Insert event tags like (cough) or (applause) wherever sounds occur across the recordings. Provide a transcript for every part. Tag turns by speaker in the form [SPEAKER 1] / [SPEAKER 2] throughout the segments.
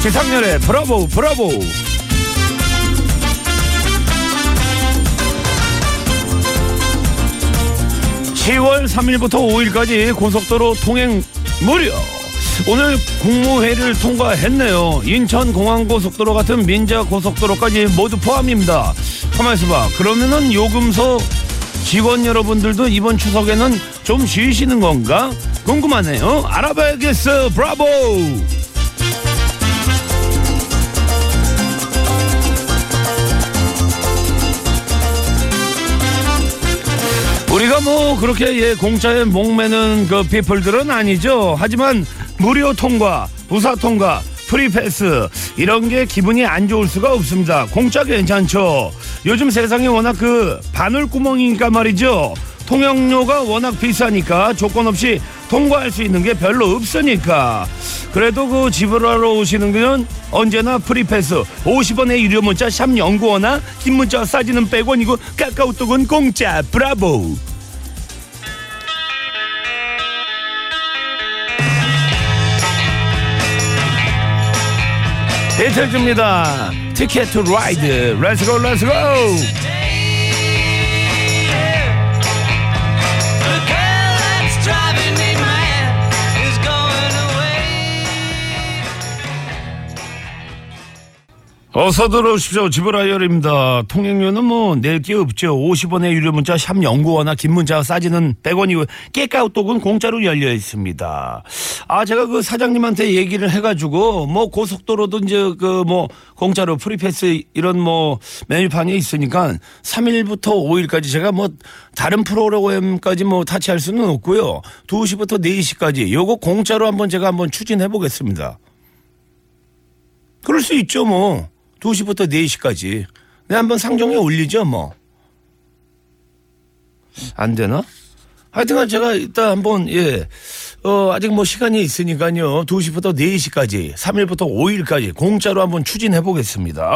[SPEAKER 1] 지상렬의 브라보 브라보 (10월 3일부터 5일까지) 고속도로 통행 무료 오늘 국무회의를 통과했네요. 인천공항고속도로 같은 민자고속도로까지 모두 포함입니다. 가만있어 봐. 그러면은 요금소 직원 여러분들도 이번 추석에는 좀 쉬시는 건가? 궁금하네요. 알아봐야겠어. 브라보! 우리가 뭐 그렇게 예 공짜에 목매는 그 피플들은 아니죠. 하지만 무료 통과, 부사 통과, 프리패스 이런 게 기분이 안 좋을 수가 없습니다. 공짜 괜찮죠. 요즘 세상이 워낙 그 바늘구멍이니까 말이죠. 통영료가 워낙 비싸니까 조건 없이 통과할 수 있는 게 별로 없으니까 그래도 그 지불하러 오시는 분은 언제나 프리패스 50원의 유료 문자 샵 연구원아 긴 문자 싸지는 100원이고 카카오톡은 공짜 브라보 이틀줍니다 티켓 투 라이드 렛츠고 렛츠고 어서 들어오십시오. 지브라이얼입니다. 통행료는 뭐 낼 게 없죠. 50원의 유료 문자 샵 연구원화 긴 문자 싸지는 100원이고 깨까우톡은 공짜로 열려 있습니다. 아 제가 그 사장님한테 얘기를 해가지고 뭐 고속도로도 이제 그 뭐 공짜로 프리패스 이런 뭐 메뉴판이 있으니까 3일부터 5일까지 제가 뭐 다른 프로그램까지 뭐 타치할 수는 없고요. 2시부터 4시까지 요거 공짜로 한번 제가 한번 추진해 보겠습니다. 그럴 수 있죠, 뭐. 2시부터 4시까지. 내가 한번 상정에 올리죠, 뭐. 안 되나? 하여튼간 제가 이따 한번, 예. 어, 아직 뭐 시간이 있으니까요. 2시부터 4시까지, 3일부터 5일까지 공짜로 한번 추진해 보겠습니다.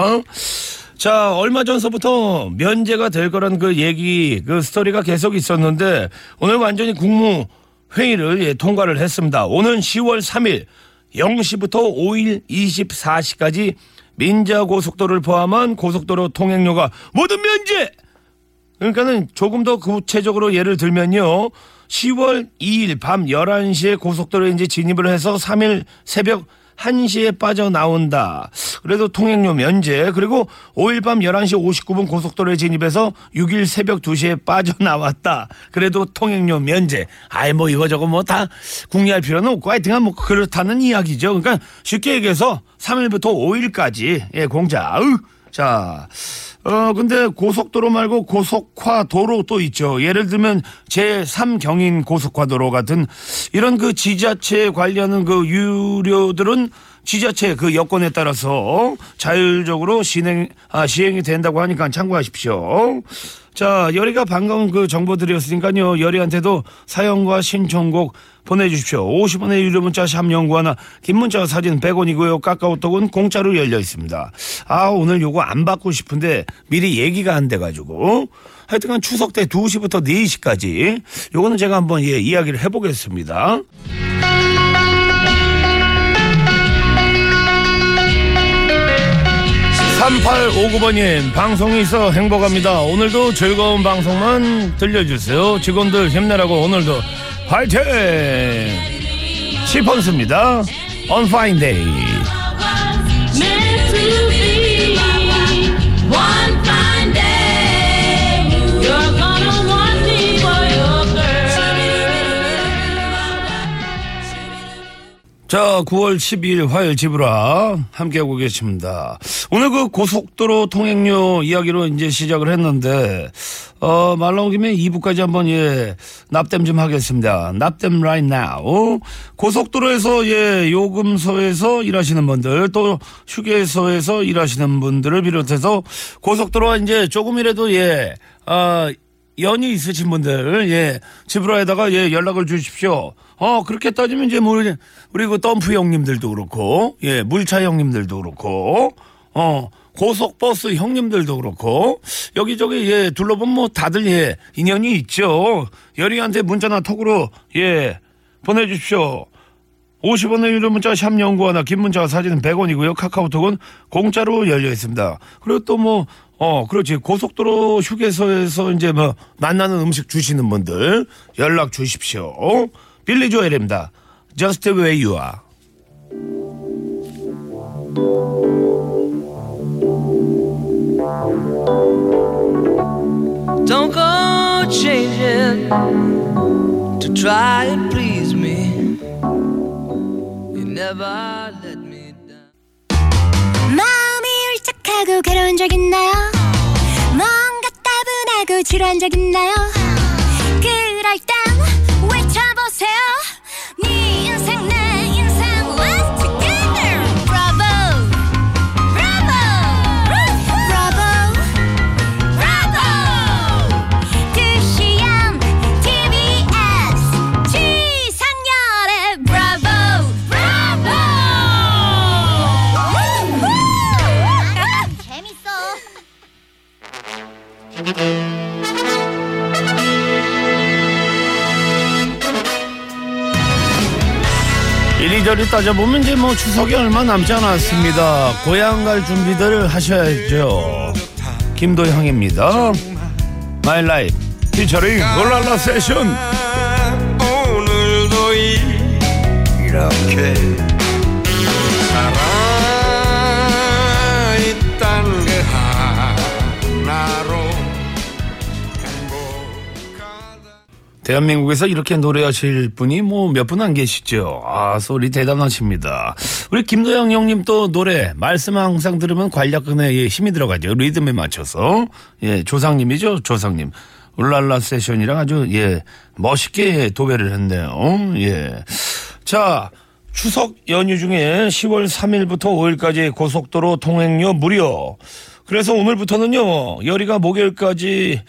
[SPEAKER 1] 자, 얼마 전서부터 면제가 될 거란 그 얘기, 그 스토리가 계속 있었는데 오늘 완전히 국무 회의를 예, 통과를 했습니다. 오는 10월 3일 0시부터 5일 24시까지 민자 고속도로를 포함한 고속도로 통행료가 모두 면제! 그러니까는 조금 더 구체적으로 예를 들면요. 10월 2일 밤 11시에 고속도로에 이제 진입을 해서 3일 새벽 1시에 빠져나온다. 그래도 통행료 면제. 그리고 5일 밤 11시 59분 고속도로에 진입해서 6일 새벽 2시에 빠져나왔다. 그래도 통행료 면제. 아이, 뭐 이거저거 뭐 다 궁리할 필요는 없고 하여튼간 뭐 그렇다는 이야기죠. 그러니까 쉽게 얘기해서 3일부터 5일까지. 예, 공자. 으. 자, 어, 근데 고속도로 말고 고속화 도로 또 있죠. 예를 들면 제3경인 고속화 도로 같은 이런 그 지자체 관련은 그 유료들은 지자체 그 여건에 따라서 자율적으로 진행, 아, 시행이 된다고 하니까 참고하십시오. 자, 열이가 반가운 그 정보들이었으니까요. 열이한테도 사연과 신청곡 보내주십시오. 50원의 유료 문자 샵 연구하나 긴 문자 사진 100원이고요. 카카오톡은 공짜로 열려 있습니다. 아 오늘 요거 안 받고 싶은데 미리 얘기가 안 돼가지고 하여튼간 추석 때 2시부터 4시까지 요거는 제가 한번 예, 이야기를 해보겠습니다. 삼8 5 9번님 방송이 있어 행복합니다. 오늘도 즐거운 방송만 들려주세요. 직원들 힘내라고 오늘도 화이팅! 시펀스입니다. On Fine Day.
[SPEAKER 2] Meant to be. One fine day, you're gonna want me for your girl.
[SPEAKER 1] 자, 9월 12일 화요일 지브라 함께하고 계십니다. 오늘 그 고속도로 통행료 이야기로 이제 시작을 했는데, 어, 말 나온 김에 2부까지 한번 예, 납땜 좀 하겠습니다. 납땜 right now. 고속도로에서 예, 요금소에서 일하시는 분들, 또 휴게소에서 일하시는 분들을 비롯해서 고속도로와 이제 조금이라도 예, 아, 연이 있으신 분들 예 집으로에다가 예 연락을 주십시오. 어 그렇게 따지면 이제 뭐 이제 우리 그 덤프 형님들도 그렇고 예 물차 형님들도 그렇고 어 고속버스 형님들도 그렇고 여기저기 예 둘러보면 뭐 다들 예 인연이 있죠. 여리한테 문자나 톡으로 예 보내주십시오. 50원의 유료 문자 샵 연구하나 긴 문자와 사진은 100원이고요. 카카오톡은 공짜로 열려 있습니다. 그리고 또 뭐, 어, 그렇지. 고속도로 휴게소에서 이제 뭐, 난나는 음식 주시는 분들 연락 주십시오. 빌리 조엘입니다. Just the way you are.
[SPEAKER 3] Don't go changing to try and please me. You never let me down.
[SPEAKER 4] 마음이 울적하고 괴로운 적 있나요? 뭔가 따분하고 지루한 적 있나요? 그럴 땐 외쳐보세요 네 인생 내 인생 Let's together Bravo Bravo Bravo Bravo 2시엔 TBS 지상렬의 Bravo Bravo 재밌어
[SPEAKER 1] 이리저리 따져보면 이제 뭐 추석이 얼마 남지 않았습니다. 고향 갈 준비들을 하셔야죠. 김도향입니다. 마이 라이프 피처링 롤랄라 세션
[SPEAKER 5] 오늘도 이렇게 살아있다는 게 하나로 행복하다
[SPEAKER 1] 대한민국에서 이렇게 노래하실 분이 뭐 몇 분 안 계시죠. 아 소리 대단하십니다. 우리 김도영 형님 또 노래 말씀 항상 들으면 관략근에 힘이 들어가죠. 리듬에 맞춰서 예 조상님이죠 조상님. 울랄라 세션이랑 아주 예 멋있게 도배를 했네요. 예. 자 추석 연휴 중에 10월 3일부터 5일까지 고속도로 통행료 무료. 그래서 오늘부터는요 열이가 목요일까지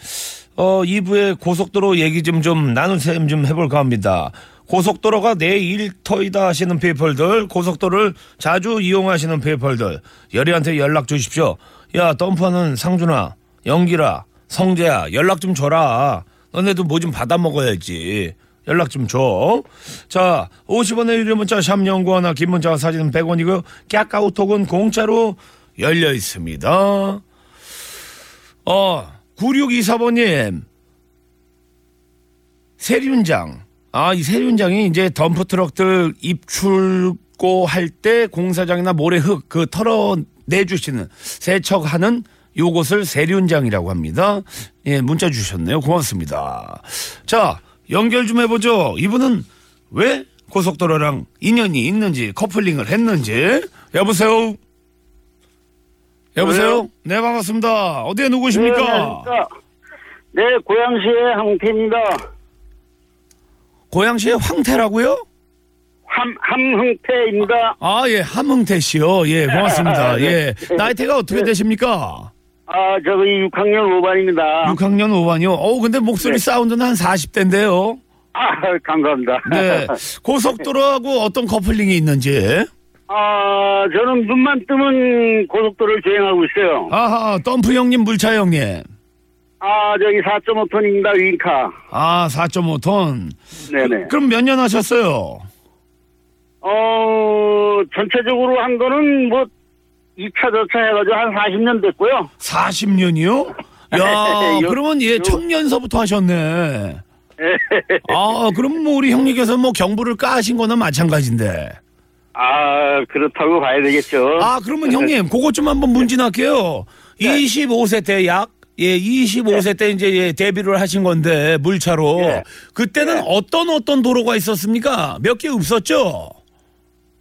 [SPEAKER 1] 어, 2부에 고속도로 얘기 좀, 좀 나눔셈 좀 해볼까 합니다. 고속도로가 내 일터이다 하시는 피플들, 고속도로를 자주 이용하시는 피플들, 열이한테 연락 주십시오. 야, 덤프하는 상준아, 영기라, 성재야, 연락 좀 줘라. 너네도 뭐 좀 받아 먹어야지. 연락 좀 줘. 자, 50원의 유료 문자 샵 연구하나 긴 문자와 사진은 100원이고요. 까까오톡은 공짜로 열려 있습니다. 어, 9624번님. 세륜장. 아, 이 세륜장이 이제 덤프트럭들 입출고 할 때 공사장이나 모래흙 그 털어내주시는 세척하는 요것을 세륜장이라고 합니다. 예, 문자 주셨네요. 고맙습니다. 자, 연결 좀 해보죠. 이분은 왜 고속도로랑 인연이 있는지 커플링을 했는지. 여보세요? 여보세요? 네, 반갑습니다. 어디에
[SPEAKER 6] 네,
[SPEAKER 1] 누구십니까?
[SPEAKER 6] 안녕하십니까. 네, 고양시의 항태입니다.
[SPEAKER 1] 고양시의 황태라고요?
[SPEAKER 6] 함, 함흥태입니다.
[SPEAKER 1] 아, 예, 함흥태 씨요. 예,
[SPEAKER 6] 네.
[SPEAKER 1] 고맙습니다. 예. 나이대가 어떻게 되십니까?
[SPEAKER 6] 아, 저거 6학년 5반입니다.
[SPEAKER 1] 6학년 5반이요. 어우, 근데 목소리
[SPEAKER 6] 아. 네.
[SPEAKER 1] 사운드는 한 40대인데요.
[SPEAKER 6] 아, 감사합니다. (laughs)
[SPEAKER 1] 네. 고속도로하고 어떤 커플링이 있는지.
[SPEAKER 6] 아, 저는 눈만 뜨면 고속도로를 주행하고 있어요.
[SPEAKER 1] 아하, 덤프 형님, 물차 형님.
[SPEAKER 6] 아, 저기 4.5톤입니다, 윙카.
[SPEAKER 1] 아, 4.5톤.
[SPEAKER 6] 네네.
[SPEAKER 1] 그럼 몇 년 하셨어요?
[SPEAKER 6] 어, 전체적으로 한 거는 뭐, 2차, 저차 해가지고 한 40년 됐고요. (laughs)
[SPEAKER 1] 40년이요? 야,
[SPEAKER 6] 요-
[SPEAKER 1] 그러면 예,
[SPEAKER 6] 요-
[SPEAKER 1] 청년서부터 하셨네. 아, 그럼 뭐 우리 형님께서 뭐 경부를 까신 거나 마찬가지인데.
[SPEAKER 6] 아, 그렇다고 봐야 되겠죠.
[SPEAKER 1] 아, 그러면 형님, 그것 좀 한번 문진할게요.
[SPEAKER 6] 네.
[SPEAKER 1] 25세 때 약, 예, 25세 때 이제 예, 데뷔를 하신 건데, 물차로.
[SPEAKER 6] 네.
[SPEAKER 1] 그때는 어떤 어떤 도로가 있었습니까? 몇 개 없었죠?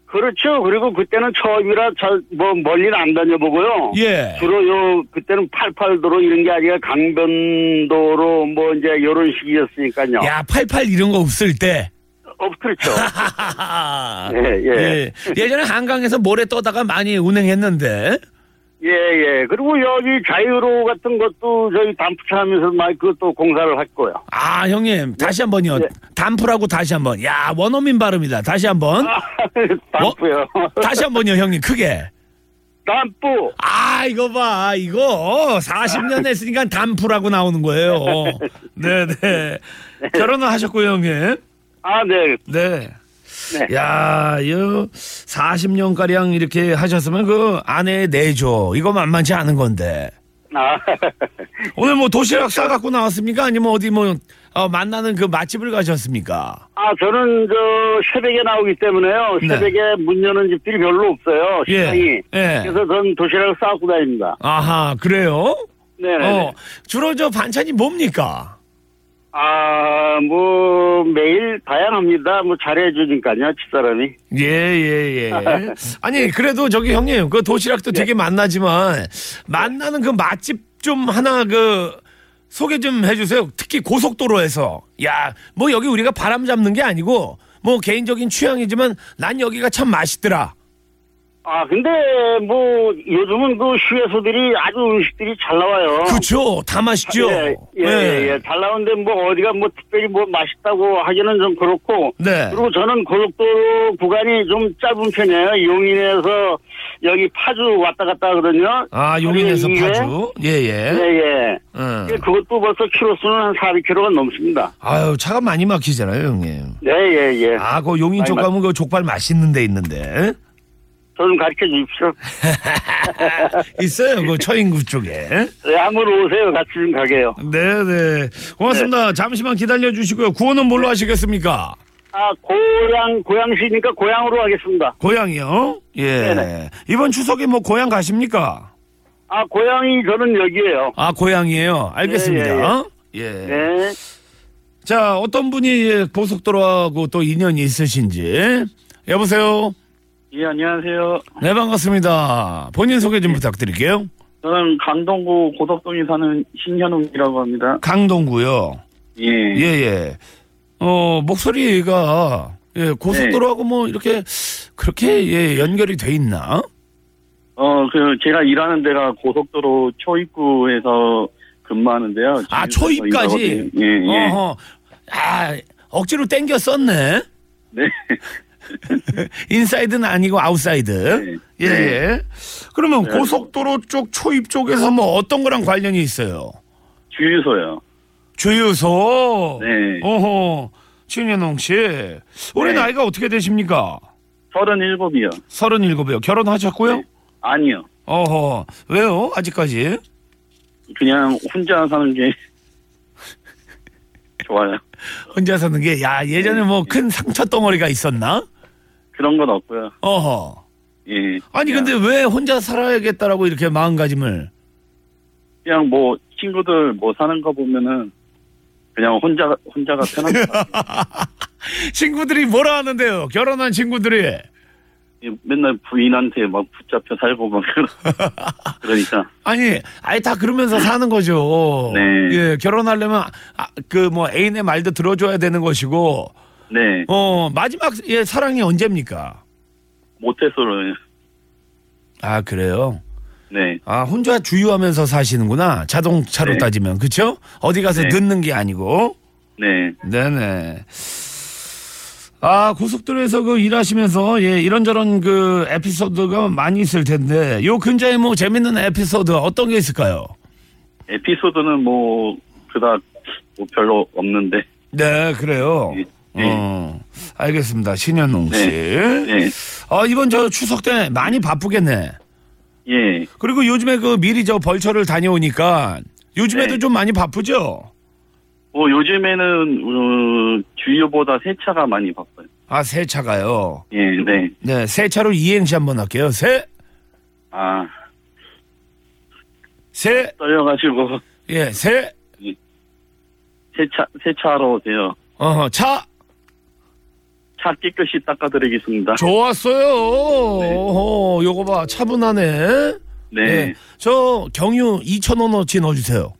[SPEAKER 6] 그렇죠. 그리고 그때는 처음이라 잘 뭐 멀리는 안 다녀보고요.
[SPEAKER 1] 예.
[SPEAKER 6] 주로 요 그때는 88도로 이런 게 아니라 강변도로 뭐 이제 이런 식이었으니까요.
[SPEAKER 1] 야, 88 이런 거 없을 때.
[SPEAKER 6] 어,
[SPEAKER 1] (laughs)
[SPEAKER 6] 그렇죠. 예,
[SPEAKER 1] 예,
[SPEAKER 6] 예.
[SPEAKER 1] 예전에 한강에서 모래 떠다가 많이 운행했는데.
[SPEAKER 6] 예, 예. 그리고 여기 자유로 같은 것도 저희 단프차 하면서 많이 그것도 공사를 했고요. (laughs)
[SPEAKER 1] 아, 형님, 다시 한 번요.
[SPEAKER 6] 네.
[SPEAKER 1] 단프라고 다시 한 번. 야, 원어민 발음이다. 다시 한 번.
[SPEAKER 6] 아. 단프요. (laughs)
[SPEAKER 1] 다시 한 번요, 형님, 크게.
[SPEAKER 6] 단프.
[SPEAKER 1] 아, 이거 봐. 이거 어, 40년 했으니까 단프라고 나오는 거예요. 네,
[SPEAKER 6] 네.
[SPEAKER 1] 네네. 결혼을 하셨고요, 형님.
[SPEAKER 6] 아, 네.
[SPEAKER 1] 네.
[SPEAKER 6] 네.
[SPEAKER 1] 야, 이 40년 가량 이렇게 하셨으면 그 아내의 내조 이거 만만치 않은 건데.
[SPEAKER 6] 아, (laughs)
[SPEAKER 1] 오늘 뭐 도시락 싸 갖고 나왔습니까? 아니면 어디 뭐 어, 만나는 그 맛집을 가셨습니까?
[SPEAKER 6] 아, 저는 저 새벽에 나오기 때문에요.
[SPEAKER 1] 네.
[SPEAKER 6] 새벽에 문 여는 집들이 별로 없어요.
[SPEAKER 1] 예.
[SPEAKER 6] 시장이.
[SPEAKER 1] 예.
[SPEAKER 6] 그래서 전 도시락을 싸고 다닙니다.
[SPEAKER 1] 아하, 그래요?
[SPEAKER 6] 네네.
[SPEAKER 1] 어, 주로 저 반찬이 뭡니까?
[SPEAKER 6] 아, 뭐 매일 다양합니다. 뭐 잘해 주니까요, 집사람이.
[SPEAKER 1] 예, 예, 예. 아니, 그래도 저기 형님, 그 도시락도
[SPEAKER 6] 예.
[SPEAKER 1] 되게 만나지만, 만나는 그 맛집 좀 하나 그, 소개 좀 해주세요. 특히 고속도로에서. 야, 뭐 여기 우리가 바람 잡는 게 아니고, 뭐 개인적인 취향이지만, 난 여기가 참 맛있더라.
[SPEAKER 6] 아, 근데 뭐 요즘은 그 휴게소들이 아주 음식들이 잘 나와요.
[SPEAKER 1] 그쵸? 다 맛있죠? 네.
[SPEAKER 6] 예, 예, 예, 예. 잘 나오는데 뭐 어디가 뭐 특별히 뭐 맛있다고 하기는 좀 그렇고.
[SPEAKER 1] 네.
[SPEAKER 6] 그리고 저는 고속도로 구간이 좀 짧은 편이에요. 용인에서 여기 파주 왔다 갔다 하거든요.
[SPEAKER 1] 아, 용인에서
[SPEAKER 6] 거기 이외에?
[SPEAKER 1] 파주. 네. 예, 예.
[SPEAKER 6] 예, 예.
[SPEAKER 1] 응.
[SPEAKER 6] 그것도 벌써 키로수는 한 400km가 넘습니다.
[SPEAKER 1] 아유, 차가 많이 막히잖아요, 형님.
[SPEAKER 6] 네, 예, 예.
[SPEAKER 1] 아, 그 용인 쪽
[SPEAKER 6] 많이
[SPEAKER 1] 가면 그 족발 맛있는 데 있는데.
[SPEAKER 6] 저 좀 가르쳐 주십시오. 예.
[SPEAKER 1] 있어요, 그 처인구 쪽에.
[SPEAKER 6] 네, 한번 오세요. 같이 좀 가게요.
[SPEAKER 1] 네네. 고맙습니다. 잠시만 기다려 주시고요. 구호는 뭘로 하시겠습니까?
[SPEAKER 6] 아, 고향, 고향시니까 고향으로 하겠습니다.
[SPEAKER 1] 고향이요? 예.
[SPEAKER 6] 네네.
[SPEAKER 1] 이번 추석에 뭐 고향 가십니까?
[SPEAKER 6] 아, 고향이 저는 여기예요.
[SPEAKER 1] 아, 고향이에요. 알겠습니다. 예.
[SPEAKER 6] 네.
[SPEAKER 1] 자, 어떤 분이 고속도로하고 또 인연이 있으신지. 여보세요?
[SPEAKER 6] 예, 안녕하세요.
[SPEAKER 1] 네, 반갑습니다. 본인 소개 좀 부탁드릴게요.
[SPEAKER 6] 저는 강동구 고덕동에 사는 신현웅이라고 합니다.
[SPEAKER 1] 강동구요.
[SPEAKER 6] 예.
[SPEAKER 1] 예, 예. 어, 목소리가, 예, 고속도로하고 뭐 이렇게, 그렇게, 예, 연결이 돼 있나?
[SPEAKER 6] 어, 그, 제가 일하는 데가 고속도로 초입구에서 근무하는데요.
[SPEAKER 1] 아,
[SPEAKER 6] 지금부터
[SPEAKER 1] 초입까지?
[SPEAKER 6] 일하거든요. 예, 예.
[SPEAKER 1] 어허. 아, 억지로 땡겨 썼네.
[SPEAKER 6] 네.
[SPEAKER 1] (laughs) 인사이드는 아니고
[SPEAKER 6] 네.
[SPEAKER 1] 아웃사이드. 예, 예. 그러면 고속도로 쪽 초입 쪽에서 뭐 어떤 거랑 관련이 있어요?
[SPEAKER 6] 주유소요.
[SPEAKER 1] 주유소.
[SPEAKER 6] 네.
[SPEAKER 1] 어허. 신현홍 씨. 올해
[SPEAKER 6] 네.
[SPEAKER 1] 나이가 어떻게 되십니까?
[SPEAKER 6] 37이요.
[SPEAKER 1] 서른일곱이요. 결혼하셨고요?
[SPEAKER 6] 네. 아니요.
[SPEAKER 1] 어허. 왜요? 아직까지?
[SPEAKER 6] 그냥 혼자 사는 게 (laughs) 좋아요.
[SPEAKER 1] 혼자 사는 게, 야,
[SPEAKER 6] 네.
[SPEAKER 1] 예전에 뭐 큰 상처 덩어리가 있었나?
[SPEAKER 6] 그런 건 없고요.
[SPEAKER 1] 어허.
[SPEAKER 6] 예.
[SPEAKER 1] 아니,
[SPEAKER 6] 그냥-
[SPEAKER 1] 근데 왜 혼자 살아야겠다라고 이렇게 마음가짐을
[SPEAKER 6] 그냥 뭐 친구들 뭐 사는 거 보면은 그냥 혼자 혼자가 편합니다.
[SPEAKER 1] 친구들이 뭐라 하는데요? 결혼한 친구들이.
[SPEAKER 6] 예, 맨날 부인한테 막 붙잡혀 살고 막 그러- 그러니까
[SPEAKER 1] 아니, 아예 다 그러면서 사는 거죠.
[SPEAKER 6] 네.
[SPEAKER 1] 예, 결혼하려면 아, 그뭐 애인의 말도 들어줘야 되는 것이고,
[SPEAKER 6] 네
[SPEAKER 1] 어 마지막 예 사랑이 언제입니까?
[SPEAKER 6] 모태솔로요.
[SPEAKER 1] 아 그래요.
[SPEAKER 6] 네
[SPEAKER 1] 아 혼자 주유하면서 사시는구나. 자동차로
[SPEAKER 6] 네.
[SPEAKER 1] 따지면 그렇죠? 어디 가서
[SPEAKER 6] 네.
[SPEAKER 1] 늦는 게 아니고.
[SPEAKER 6] 네.
[SPEAKER 1] 네네. 아 고속도로에서 그 일하시면서 예 이런저런 그 에피소드가 많이 있을 텐데 요 근자에 뭐 재밌는 에피소드 어떤 게 있을까요?
[SPEAKER 6] 에피소드는 뭐 그닥 뭐 별로 없는데
[SPEAKER 1] 네, 그래요.
[SPEAKER 6] 예, 예.
[SPEAKER 1] 어, 알겠습니다. 신현웅 씨.
[SPEAKER 6] 네.
[SPEAKER 1] 아, 이번 저 추석 때 많이 바쁘겠네.
[SPEAKER 6] 예
[SPEAKER 1] 그리고 요즘에 그 미리 저 벌처를 다녀오니까 요즘에도
[SPEAKER 6] 네.
[SPEAKER 1] 좀 많이 바쁘죠?
[SPEAKER 6] 뭐 요즘에는 어, 주유보다 세차가 많이 바빠요.
[SPEAKER 1] 아, 새 차가요.
[SPEAKER 6] 예네
[SPEAKER 1] 네, 새 차로 이행시 한번 할게요. 새,
[SPEAKER 6] 아
[SPEAKER 1] 새,
[SPEAKER 6] 떨려가지고 (laughs)
[SPEAKER 1] 예, 새,
[SPEAKER 6] 세차 세차하러 오세요.
[SPEAKER 1] 어, 차.
[SPEAKER 6] 차 깨끗이 닦아드리겠습니다.
[SPEAKER 1] 좋았어요. 어허, 요거 봐. 차분하네.
[SPEAKER 6] 네.
[SPEAKER 1] 예, 저 경유 2,000원어치 넣어주세요.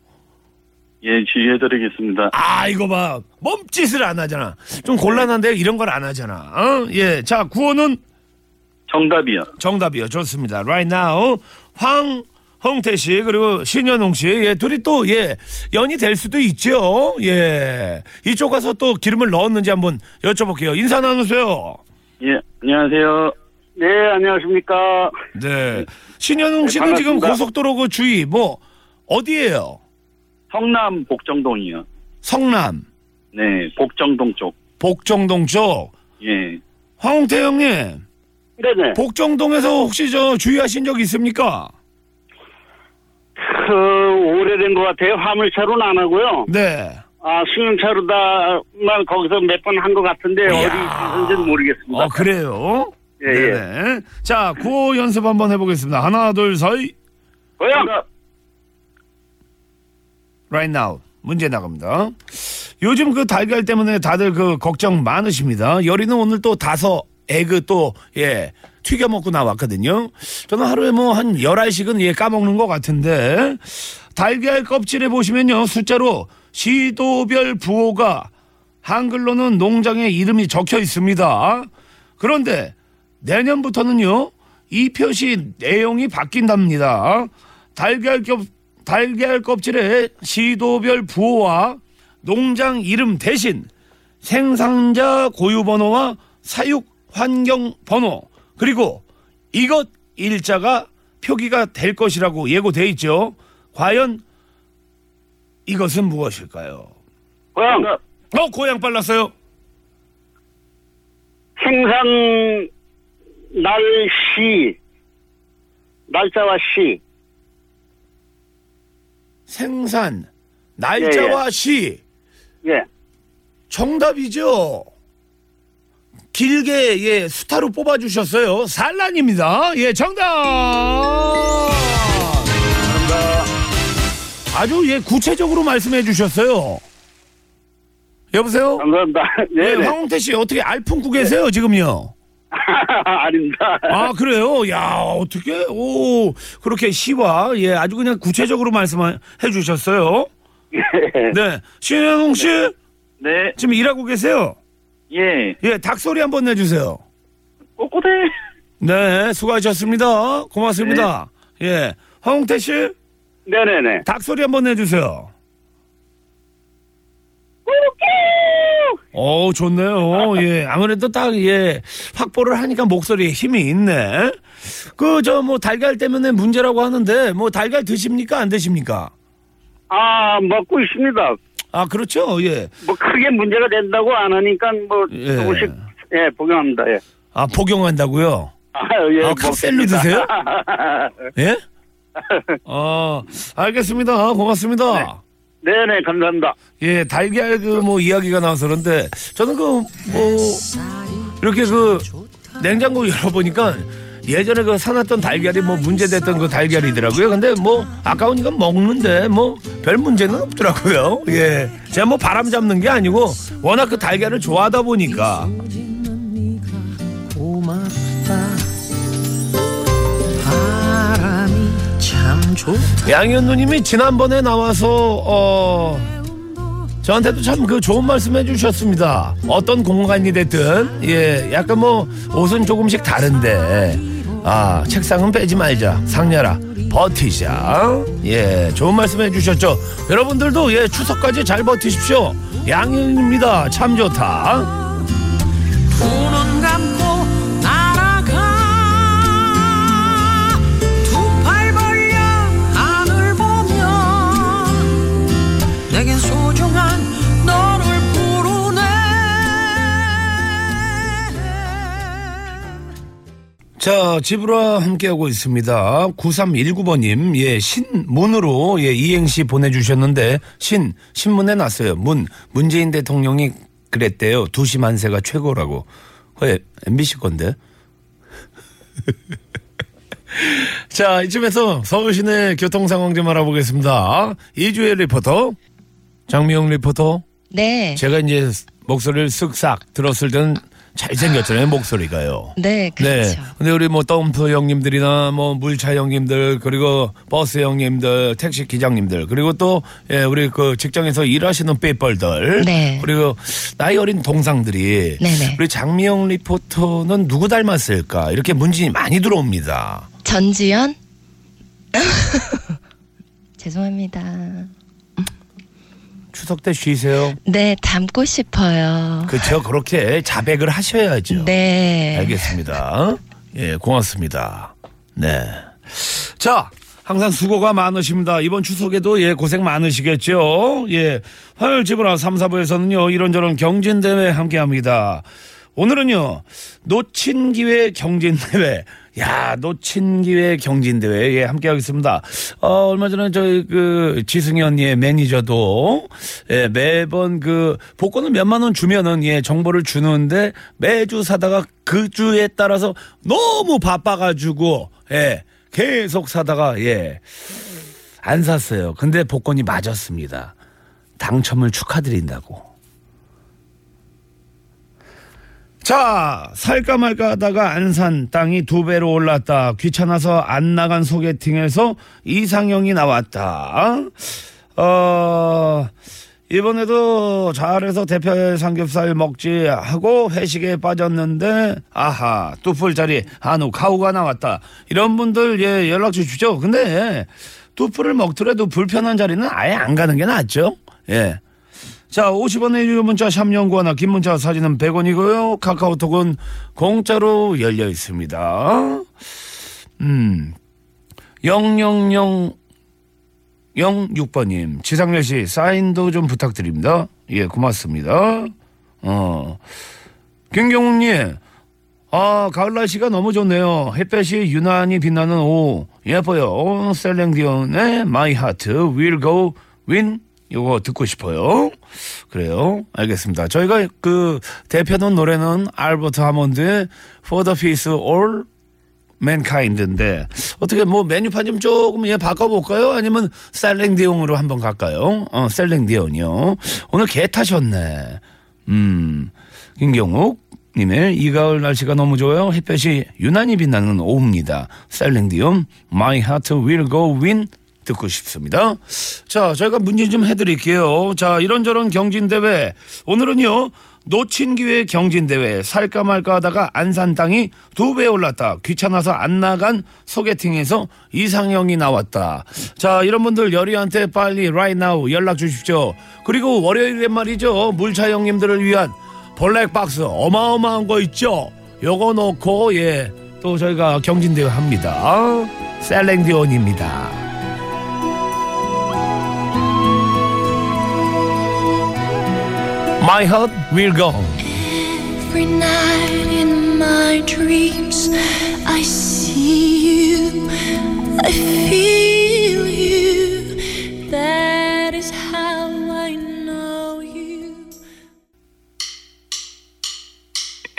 [SPEAKER 6] 예, 주의해드리겠습니다.
[SPEAKER 1] 아 이거 봐 몸짓을 안 하잖아 좀 곤란한데 이런 걸 안 하잖아 어? 예자 구호는
[SPEAKER 6] 정답이요.
[SPEAKER 1] 정답이요 좋습니다 right now 황홍태 씨 그리고 신현웅 씨예 둘이 또 예 연이 될 수도 있죠 예 이쪽 가서 또 기름을 넣었는지 한번 여쭤볼게요 인사 나누세요
[SPEAKER 6] 예, 안녕하세요. 네, 안녕하십니까.
[SPEAKER 1] 네 신현웅 씨는 지금
[SPEAKER 6] 네, 반갑습니다.
[SPEAKER 1] 고속도로 그 주위 뭐 어디예요
[SPEAKER 6] 성남 복정동이요.
[SPEAKER 1] 성남
[SPEAKER 6] 네, 복정동 쪽.
[SPEAKER 1] 복정동 쪽
[SPEAKER 6] 예.
[SPEAKER 1] 황홍태 형님,
[SPEAKER 6] 네네.
[SPEAKER 1] 복정동에서 혹시 저 주의하신 적 있습니까?
[SPEAKER 6] 그, 오래된 것 같아요. 화물차로는 안 하고요.
[SPEAKER 1] 네.
[SPEAKER 6] 아, 승용차로다만 거기서 몇 번 한 것 같은데, 어디 있는지는 모르겠습니다.
[SPEAKER 1] 어, 그래요?
[SPEAKER 6] 예, 예.
[SPEAKER 1] 네네. 자, 구호 연습 한번 해보겠습니다. 하나, 둘, 서이.
[SPEAKER 6] 고양!
[SPEAKER 1] Right now. 문제 나갑니다. 요즘 그 달걀 때문에 다들 그 걱정 많으십니다. 여리는 오늘 또 다섯 에그 또, 예, 튀겨 먹고 나왔거든요. 저는 하루에 뭐 한 11식은 예, 까먹는 것 같은데, 달걀 껍질에 보시면요, 숫자로 시도별 부호가 한글로는 농장의 이름이 적혀 있습니다. 그런데 내년부터는요, 이 표시 내용이 바뀐답니다. 달걀 겹, 달걀 껍질에 시도별 부호와 농장 이름 대신 생산자 고유 번호와 사육 환경 번호 그리고 이것 일자가 표기가 될 것이라고 예고돼 있죠. 과연 이것은 무엇일까요?
[SPEAKER 6] 고양!
[SPEAKER 1] 어 고향 빨랐어요.
[SPEAKER 6] 생산, 날씨, 날짜와 시.
[SPEAKER 1] 생산 날짜와 시
[SPEAKER 6] 예.
[SPEAKER 1] 정답이죠. 길게 예 수타로 뽑아주셨어요. 산란입니다. 예 정답. 아주 예 구체적으로 말씀해 주셨어요. 여보세요.
[SPEAKER 6] 감사합니다.
[SPEAKER 1] 예,
[SPEAKER 6] 아, (laughs) 네네. 네.
[SPEAKER 1] 황홍태 씨 어떻게 알품고 계세요 지금요?
[SPEAKER 6] 아닙니다.
[SPEAKER 1] 아 그래요? 야 어떻게 오 그렇게 시와 예 아주 그냥 구체적으로 말씀해 주셨어요. 네 신현웅 씨
[SPEAKER 7] 네,
[SPEAKER 1] 지금 일하고 계세요?
[SPEAKER 7] 예,
[SPEAKER 1] 예, 닭소리 한번 내주세요.
[SPEAKER 7] 꼬꼬대.
[SPEAKER 1] 네, 수고하셨습니다. 고맙습니다. 예, 황홍태 씨,
[SPEAKER 6] 네네네.
[SPEAKER 1] 닭소리 한번 내주세요. 오, 좋네요. 예, 아무래도 딱, 예, 확보를 하니까 목소리에 힘이 있네. 그, 저, 뭐, 달걀 때문에 문제라고 하는데, 뭐, 달걀 드십니까? 안 드십니까?
[SPEAKER 6] 아, 먹고 있습니다.
[SPEAKER 1] 아, 그렇죠. 예.
[SPEAKER 6] 뭐 크게 문제가 된다고 안 하니까 뭐
[SPEAKER 1] 예.
[SPEAKER 6] 조금씩 예 복용합니다. 예.
[SPEAKER 1] 아, 복용한다고요?
[SPEAKER 6] 아, 예,
[SPEAKER 1] 아,
[SPEAKER 6] 먹습니다.
[SPEAKER 1] 칵셀로 드세요? 예? 어, 알겠습니다. 고맙습니다.
[SPEAKER 6] (laughs) 네네 감사합니다.
[SPEAKER 1] 예, 달걀 그 뭐 이야기가 나와서 그런데 저는 그 뭐 이렇게 그 냉장고 열어보니까 예전에 그 사놨던 달걀이 뭐 문제됐던 그 달걀이더라고요. 근데 뭐 아까우니까 먹는데 뭐 별 문제는 없더라고요. 예. 제가 뭐 바람 잡는 게 아니고 워낙 그 달걀을 좋아하다 보니까 양현 누님이 지난번에 나와서 어 저한테도 참 그 좋은 말씀 해주셨습니다. 어떤 공간이 됐든 예 약간 뭐 옷은 조금씩 다른데 아 책상은 빼지 말자 상렬아 버티자 예 좋은 말씀 해주셨죠. 여러분들도 예 추석까지 잘 버티십시오. 양현입니다. 참 좋다.
[SPEAKER 8] 눈 감고 날아가 두 팔 벌려 하늘 보며 내겐 소중한 너를 부르네
[SPEAKER 1] 자, 집으로 함께하고 있습니다. 9319번님, 예, 신문으로, 예, 이행시 보내주셨는데, 신, 신문에 났어요. 문, 문재인 대통령이 그랬대요. 두시 만세가 최고라고. 그 MBC 건데. (laughs) 자, 이쯤에서 서울 시내 교통 상황 좀 알아보겠습니다. 이주혜 리포터, 장미영 리포터.
[SPEAKER 9] 네.
[SPEAKER 1] 제가 이제 목소리를 쓱싹 들었을 때는 잘생겼잖아요, 목소리가요.
[SPEAKER 9] 네, 그렇죠.
[SPEAKER 1] 근데 우리 뭐 덤프 형님들이나 뭐 물차 형님들 그리고 버스 형님들, 택시 기장님들 그리고 또 예, 우리 그 직장에서 일하시는 빼뻘들
[SPEAKER 9] 네.
[SPEAKER 1] 그리고 나이 어린 동상들이
[SPEAKER 9] 네네.
[SPEAKER 1] 우리 장미영 리포터는 누구 닮았을까 이렇게 문진이 많이 들어옵니다.
[SPEAKER 9] 전지현? (laughs) 죄송합니다.
[SPEAKER 1] 추석 때 쉬세요.
[SPEAKER 9] 네, 닮고 싶어요.
[SPEAKER 1] 그렇죠. 그렇게 자백을 하셔야죠.
[SPEAKER 9] 네.
[SPEAKER 1] 알겠습니다. 예, 고맙습니다. 네. 자, 항상 수고가 많으십니다. 이번 추석에도 예, 고생 많으시겠죠? 예. 화요일 집으로 삼사부에서는요 이런저런 경진대회 함께 합니다. 오늘은요 놓친 기회 경진 대회 야 놓친 기회 경진 대회 예 함께 하겠습니다. 어 얼마 전에 저희 그 지승희 언니의 매니저도 예 매번 그 복권을 몇만 원 주면은 예 정보를 주는데 매주 사다가 그 주에 따라서 너무 바빠가지고 예 계속 사다가 예 안 샀어요. 근데 복권이 맞았습니다. 당첨을 축하드린다고. 자, 살까 말까 하다가 안 산 땅이 두 배로 올랐다. 귀찮아서 안 나간 소개팅에서 이상형이 나왔다. 어, 이번에도 잘해서 대패 삼겹살 먹지 하고 회식에 빠졌는데, 아하, 뚜풀자리 한우 카우가 나왔다. 이런 분들, 예, 연락 주시죠. 근데, 뚜풀을 먹더라도 불편한 자리는 아예 안 가는 게 낫죠. 예. 자, 50원의 유료 문자 샵 연구하나 긴 문자 사진은 100원이고요. 카카오톡은 공짜로 열려 있습니다. 음. 000 06번님, 지상렬 씨, 사인도 좀 부탁드립니다. 예, 고맙습니다. 어. 김경욱님, 아, 가을 날씨가 너무 좋네요. 햇볕이 유난히 빛나는 오후. 예뻐요. 셀랭디온의 My Heart Will Go Win. 요거 듣고 싶어요. 그래요. 알겠습니다. 저희가 그 대표는 노래는 알버트 하몬드의 For the Peace All 맨카인드인데 어떻게 뭐 메뉴판 좀 조금 예 바꿔볼까요? 아니면 셀랭디온으로 한번 갈까요? 어, 셀랭디온이요. 오늘 개 타셨네. 음, 김경욱. 님의 이 가을 날씨가 너무 좋아요. 햇볕이 유난히 빛나는 오후입니다. 셀랭디움, My Heart Will Go Win 듣고 싶습니다. 자, 저희가 문제 좀 해드릴게요. 자, 이런저런 경진대회. 오늘은요, 놓친 기회 경진대회. 살까 말까 하다가 안 산 땅이 두 배 올랐다. 귀찮아서 안 나간 소개팅에서 이상형이 나왔다. 자, 이런 분들 여리한테 빨리 right now 연락 주십시오. 그리고 월요일엔 말이죠. 물차 형님들을 위한 블랙박스 어마어마한 거 있죠? 요거 놓고, 예. 또 저희가 경진대회 합니다. 셀랭디온입니다. My heart will go.
[SPEAKER 4] Every night in my dreams, I see you, I feel you. That is how I know you.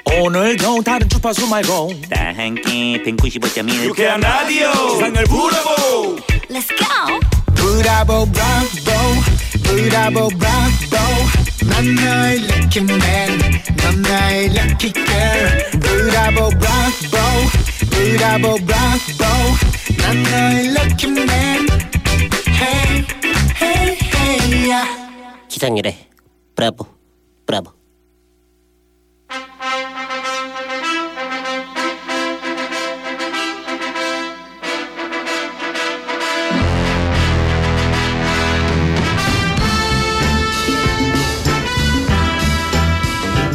[SPEAKER 10] 오늘도 다른 주파수 말고
[SPEAKER 7] 다 함께 195.1
[SPEAKER 10] 유쾌한 라디오 세상을 부라보
[SPEAKER 4] Let's go!
[SPEAKER 10] 브라보 브라보 브라보 브라보 난 너의 lucky man 넌 나의 lucky girl 브라보 브라보 브라보 브라보 난 너의 lucky man hey hey hey yeah.
[SPEAKER 11] 기상률에 브라보 브라보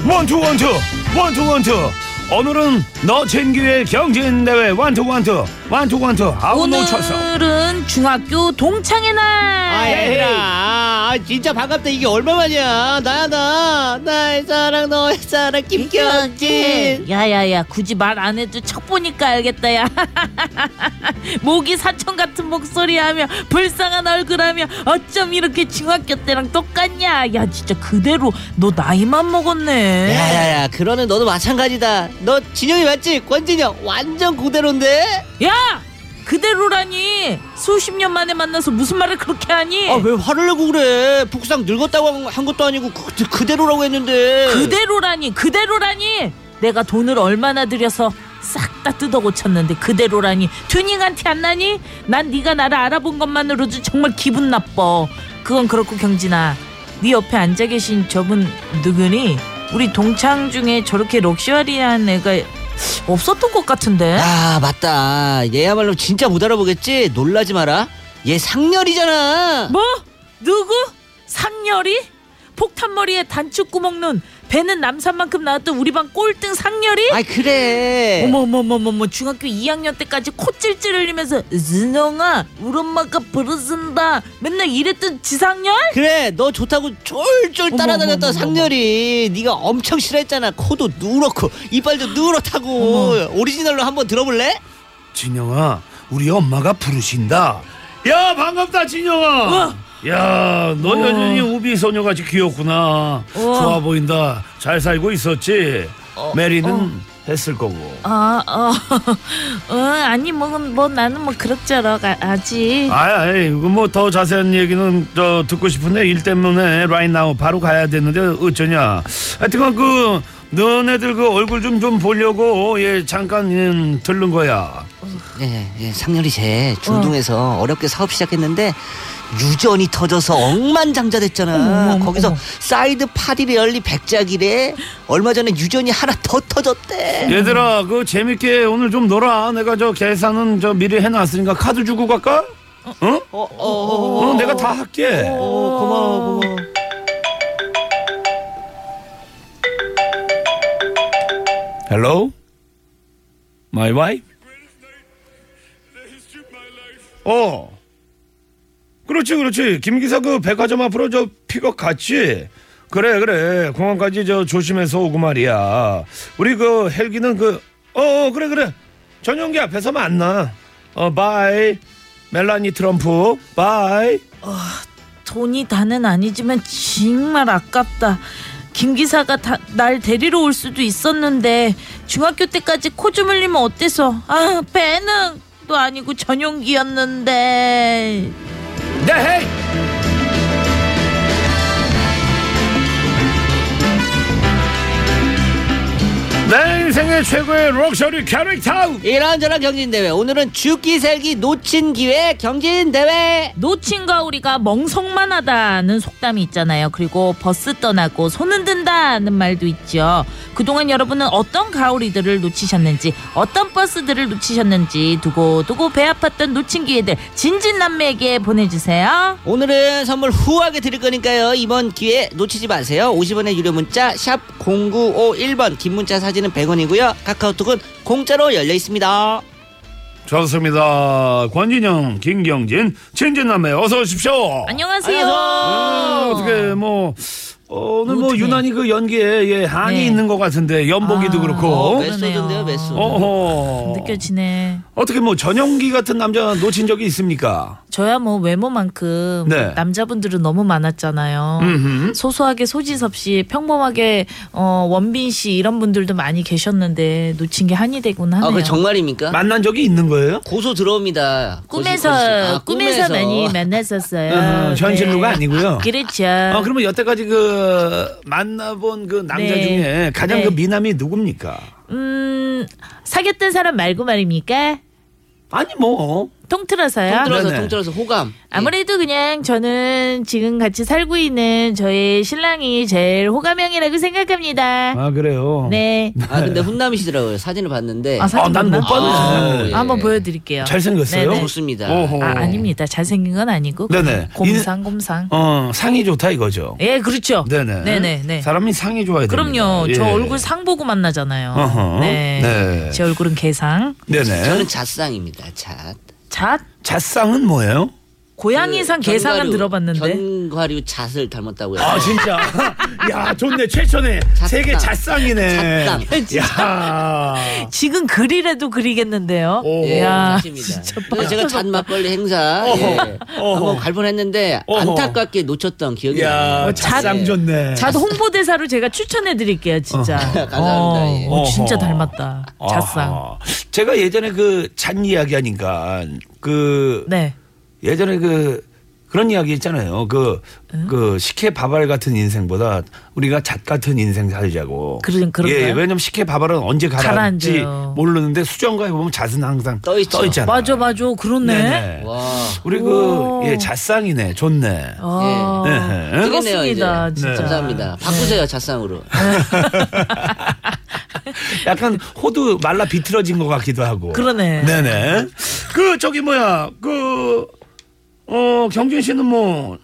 [SPEAKER 1] 원투 원투 원투 원투 오늘은 너친 기회 경진대회 원투 원투 원투 원투 아우 놓쳤어
[SPEAKER 2] 오늘은 중학교 동창의
[SPEAKER 11] 아,
[SPEAKER 2] 날.
[SPEAKER 11] 얘들아 아, 진짜 반갑다 이게 얼마만이야 나야 나 나의 사랑 너의 사랑 김경진
[SPEAKER 2] 야야야 굳이 말 안 해도 척 보니까 알겠다 야 (laughs) 목이 사천 같은 목소리하며 불쌍한 얼굴하며 어쩜 이렇게 중학교 때랑 똑같냐 야 진짜 그대로 너 나이만 먹었네
[SPEAKER 11] 야야야 그러는 너도 마찬가지다 너 진영이 맞지 권진영 완전 그대로인데
[SPEAKER 2] 야! 그대로라니 수십 년 만에 만나서 무슨 말을 그렇게 하니
[SPEAKER 11] 아 왜 화를 내고 그래 북상 늙었다고 한- 한 것도 아니고 그, 그대로라고 했는데
[SPEAKER 2] 그대로라니 그대로라니 내가 돈을 얼마나 들여서 싹 다 뜯어 고쳤는데 그대로라니 튜닝한 티 안 나니? 난 네가 나를 알아본 것만으로도 정말 기분 나빠 그건 그렇고 경진아 네 옆에 앉아 계신 저분 누구니? 우리 동창 중에 저렇게 럭셔리한 애가 없었던 것 같은데
[SPEAKER 11] 아 맞다 얘야말로 진짜 못 알아보겠지 놀라지 마라 얘 상렬이잖아
[SPEAKER 2] 뭐? 누구? 상렬이? 폭탄머리에 단축 구멍 눈 배는 남산만큼 나왔던 우리 반 꼴등 상렬이
[SPEAKER 11] 아 그래
[SPEAKER 2] 어머 어머 어머 어머, 어머 중학교 2학년 때까지 코 찔찔 흘리면서 은영아 우리 엄마가 부르신다 맨날 이랬던 지상렬
[SPEAKER 11] 그래 너 좋다고 쫄쫄 따라다녔던 상렬이 네가 엄청 싫어했잖아 코도 누렇고 이빨도 누렇다고 오리지널로 한번 들어볼래?
[SPEAKER 1] 진영아 우리 엄마가 부르신다 야 반갑다 진영아 야넌 여전히 우비 소녀같이 귀엽구나 좋아 보인다 잘 살고 있었지 메리는 했을 거고
[SPEAKER 2] 아, (laughs) 어, 어, 아니, 뭐, 뭐, 나는 뭐, 그럭저럭, 아, 아직.
[SPEAKER 1] 아이 이거 뭐 더 자세한 얘기는 저 듣고 싶은데 일 때문에 라인 나우 바로 가야 되는데 어쩌냐 하여튼간 그 너네들 그 얼굴 좀 좀 보려고 예 잠깐 음, 들른 거야
[SPEAKER 11] 예, 예, 상렬이 제 중동에서 어. 렵게 사업 시작했는데 유전이 터져서 억만장자 됐잖아. 거기서 사이드 파디리 열리 백작이래. 얼마 전에 유전이 하나 더 터졌대.
[SPEAKER 1] 얘들아 그 재밌게 오늘 좀 놀아 내가 저 계산은 저 미리 해놨으니까 카드 주고 갈까? 어?
[SPEAKER 11] 어, 어,
[SPEAKER 1] 어, 내가 다 할게
[SPEAKER 11] 고마워, 고마워.
[SPEAKER 1] Hello? My wife? 어. 그렇지, 그렇지. 김 기사 그 백화점 앞으로 저 픽업 갔지? 그래, 그래. 공항까지 저 조심해서 오고 말이야. 우리 그 헬기는 그, 어, 어 그래, 그래. 전용기 앞에서 만나. 어, 바이. 멜라니 트럼프. 바이.
[SPEAKER 2] 돈이 다는 아니지만 정말 아깝다. 김 기사가 다, 날 데리러 올 수도 있었는데 중학교 때까지 코 좀 흘리면 어때서? 아 배는도 아니고 전용기였는데.
[SPEAKER 1] 네, 헤이! 내 인생의 최고의 럭셔리 캐릭터!
[SPEAKER 11] 이런저런 경진대회. 오늘은 죽기살기 놓친 기회 경진대회.
[SPEAKER 2] 놓친 가오리가 멍석만 하다는 속담이 있잖아요. 그리고 버스 떠나고 손은 든다는 말도 있죠. 그동안 여러분은 어떤 가오리들을 놓치셨는지, 어떤 버스들을 놓치셨는지 두고두고 배 아팠던 놓친 기회들 진진남매에게 보내주세요.
[SPEAKER 11] 오늘은 선물 후하게 드릴 거니까요. 이번 기회 놓치지 마세요. 50원의 유료 문자 샵 0951번 긴 문자 사진은 100원이고요. 카카오톡은 공짜로 열려 있습니다. 아,
[SPEAKER 1] 좋습니다. 권진영, 김경진, 진진남매 어서 오십시오.
[SPEAKER 2] 안녕하세요.
[SPEAKER 1] 아, 어떻게 뭐 어, 오늘 뭐
[SPEAKER 2] 어떡해.
[SPEAKER 1] 유난히 그 연기에 예, 한이
[SPEAKER 2] 네.
[SPEAKER 1] 있는 것 같은데 연보기도
[SPEAKER 2] 아,
[SPEAKER 1] 그렇고.
[SPEAKER 2] 네.
[SPEAKER 11] 메소드인데요, 메소드.
[SPEAKER 1] 어허.
[SPEAKER 2] 느껴지네.
[SPEAKER 1] 어떻게 뭐 전용기 같은 남자 놓친 적이 있습니까?
[SPEAKER 2] 저야 뭐 외모만큼
[SPEAKER 1] 네.
[SPEAKER 2] 남자분들은 너무 많았잖아요.
[SPEAKER 1] 음흠.
[SPEAKER 2] 소소하게 소지섭 씨, 평범하게 어, 원빈 씨 이런 분들도 많이 계셨는데 놓친 게 한이 되곤 하네요.
[SPEAKER 11] 아, 그 정말입니까?
[SPEAKER 1] 만난 적이 있는 거예요?
[SPEAKER 11] 고소 들어옵니다.
[SPEAKER 2] 꿈에서
[SPEAKER 11] 고소, 고소. 아,
[SPEAKER 2] 꿈에서 많이 만났었어요. 네.
[SPEAKER 1] 어, 현실로가 아니고요.
[SPEAKER 2] 그렇죠.
[SPEAKER 1] 아, 그러면 여태까지 그 만나본 그 남자
[SPEAKER 2] 네.
[SPEAKER 1] 중에 가장
[SPEAKER 2] 네.
[SPEAKER 1] 그 미남이 누굽니까?
[SPEAKER 2] 음 사귀었던 사람 말고 말입니까?
[SPEAKER 1] 아니 뭐
[SPEAKER 2] 통틀어서요.
[SPEAKER 11] 통틀어서
[SPEAKER 1] 네네.
[SPEAKER 11] 통틀어서 호감.
[SPEAKER 12] 예.
[SPEAKER 2] 아무래도 그냥 저는 지금 같이 살고 있는 저의 신랑이 제일 호감형이라고 생각합니다.
[SPEAKER 1] 아 그래요.
[SPEAKER 2] 네.
[SPEAKER 11] 아 근데 훈남이시더라고요. 사진을 봤는데.
[SPEAKER 2] 아,
[SPEAKER 1] 아,
[SPEAKER 2] 사진
[SPEAKER 1] 난못
[SPEAKER 2] 봤나?
[SPEAKER 1] 봤네.
[SPEAKER 11] 예.
[SPEAKER 2] 아, 한번 보여드릴게요.
[SPEAKER 1] 잘생겼어요?
[SPEAKER 2] 네네.
[SPEAKER 11] 좋습니다.
[SPEAKER 1] 어허.
[SPEAKER 2] 아, 아닙니다. 잘생긴 건 아니고.
[SPEAKER 1] 네네.
[SPEAKER 2] 곰상, 곰상.
[SPEAKER 1] 어, 상이 좋다 이거죠.
[SPEAKER 2] 예, 그렇죠.
[SPEAKER 1] 네네.
[SPEAKER 2] 네네. 네.
[SPEAKER 1] 사람이 상이 좋아야 됩니다.
[SPEAKER 2] 그럼요. 저
[SPEAKER 1] 예.
[SPEAKER 2] 얼굴 상 보고 만나잖아요.
[SPEAKER 1] 어허.
[SPEAKER 2] 네.
[SPEAKER 1] 네.
[SPEAKER 2] 제 얼굴은 개상.
[SPEAKER 1] 네네.
[SPEAKER 11] 저는 잣상입니다. 잣.
[SPEAKER 2] 잣?
[SPEAKER 1] 잣상은 뭐예요?
[SPEAKER 2] 고양이상,
[SPEAKER 11] 그
[SPEAKER 2] 개상은
[SPEAKER 11] 견과류,
[SPEAKER 2] 들어봤는데.
[SPEAKER 11] 견과류 잣을 닮았다고요.
[SPEAKER 1] 아 진짜. (laughs) 야 좋네 최초네.
[SPEAKER 11] 잣상.
[SPEAKER 1] 세계 잣상이네.
[SPEAKER 11] 잣상.
[SPEAKER 2] (laughs)
[SPEAKER 1] 야.
[SPEAKER 2] 지금 그리래도 그리겠는데요.
[SPEAKER 1] 오.
[SPEAKER 11] 예,
[SPEAKER 2] 야.
[SPEAKER 11] 맞습니다. 그래서 제가 잔 막걸리 행사
[SPEAKER 1] 어허,
[SPEAKER 11] 예,
[SPEAKER 1] 어허.
[SPEAKER 12] 뭐
[SPEAKER 11] 한번 갈 뻔했는데
[SPEAKER 1] 어허.
[SPEAKER 11] 안타깝게 놓쳤던 기억이
[SPEAKER 1] 야
[SPEAKER 11] 나요.
[SPEAKER 1] 잣상
[SPEAKER 11] 예.
[SPEAKER 1] 좋네.
[SPEAKER 2] 어, 잣 홍보대사로 제가 추천해드릴게요, 진짜.
[SPEAKER 11] 감사합니다. 예.
[SPEAKER 2] 어, 진짜
[SPEAKER 1] 어허.
[SPEAKER 2] 닮았다. 잣상.
[SPEAKER 1] 아하. 제가 예전에 그 잣 이야기 하니까 그
[SPEAKER 2] 네.
[SPEAKER 1] 예전에 그 그런 이야기 있잖아요. 그, 그, 식혜 밥알 같은 인생보다 우리가 잣 같은 인생 살자고.
[SPEAKER 2] 그런- 그런가요?
[SPEAKER 1] 예, 왜냐면 식혜 밥알은 언제 가라앉지
[SPEAKER 2] 가라앉아요.
[SPEAKER 1] 모르는데 수정가에 보면 잣은 항상
[SPEAKER 11] 떠 있죠.
[SPEAKER 1] 떠있잖아요.
[SPEAKER 2] 맞아, 맞아. 그렇네.
[SPEAKER 1] 네네.
[SPEAKER 11] 와.
[SPEAKER 1] 우리 그,
[SPEAKER 2] 오.
[SPEAKER 1] 예, 잣상이네. 좋네.
[SPEAKER 2] 아,
[SPEAKER 1] 예. 네.
[SPEAKER 11] 그러네요, 이제.
[SPEAKER 2] 그렇습니다. 진짜. 네.
[SPEAKER 11] 감사합니다. 바꾸세요 잣상으로.
[SPEAKER 1] 약간 호두 말라 비틀어진 것 같기도 하고.
[SPEAKER 2] 그러네.
[SPEAKER 1] 네네. 그, 저기 뭐야. 그, 어, 경준 씨는 뭐,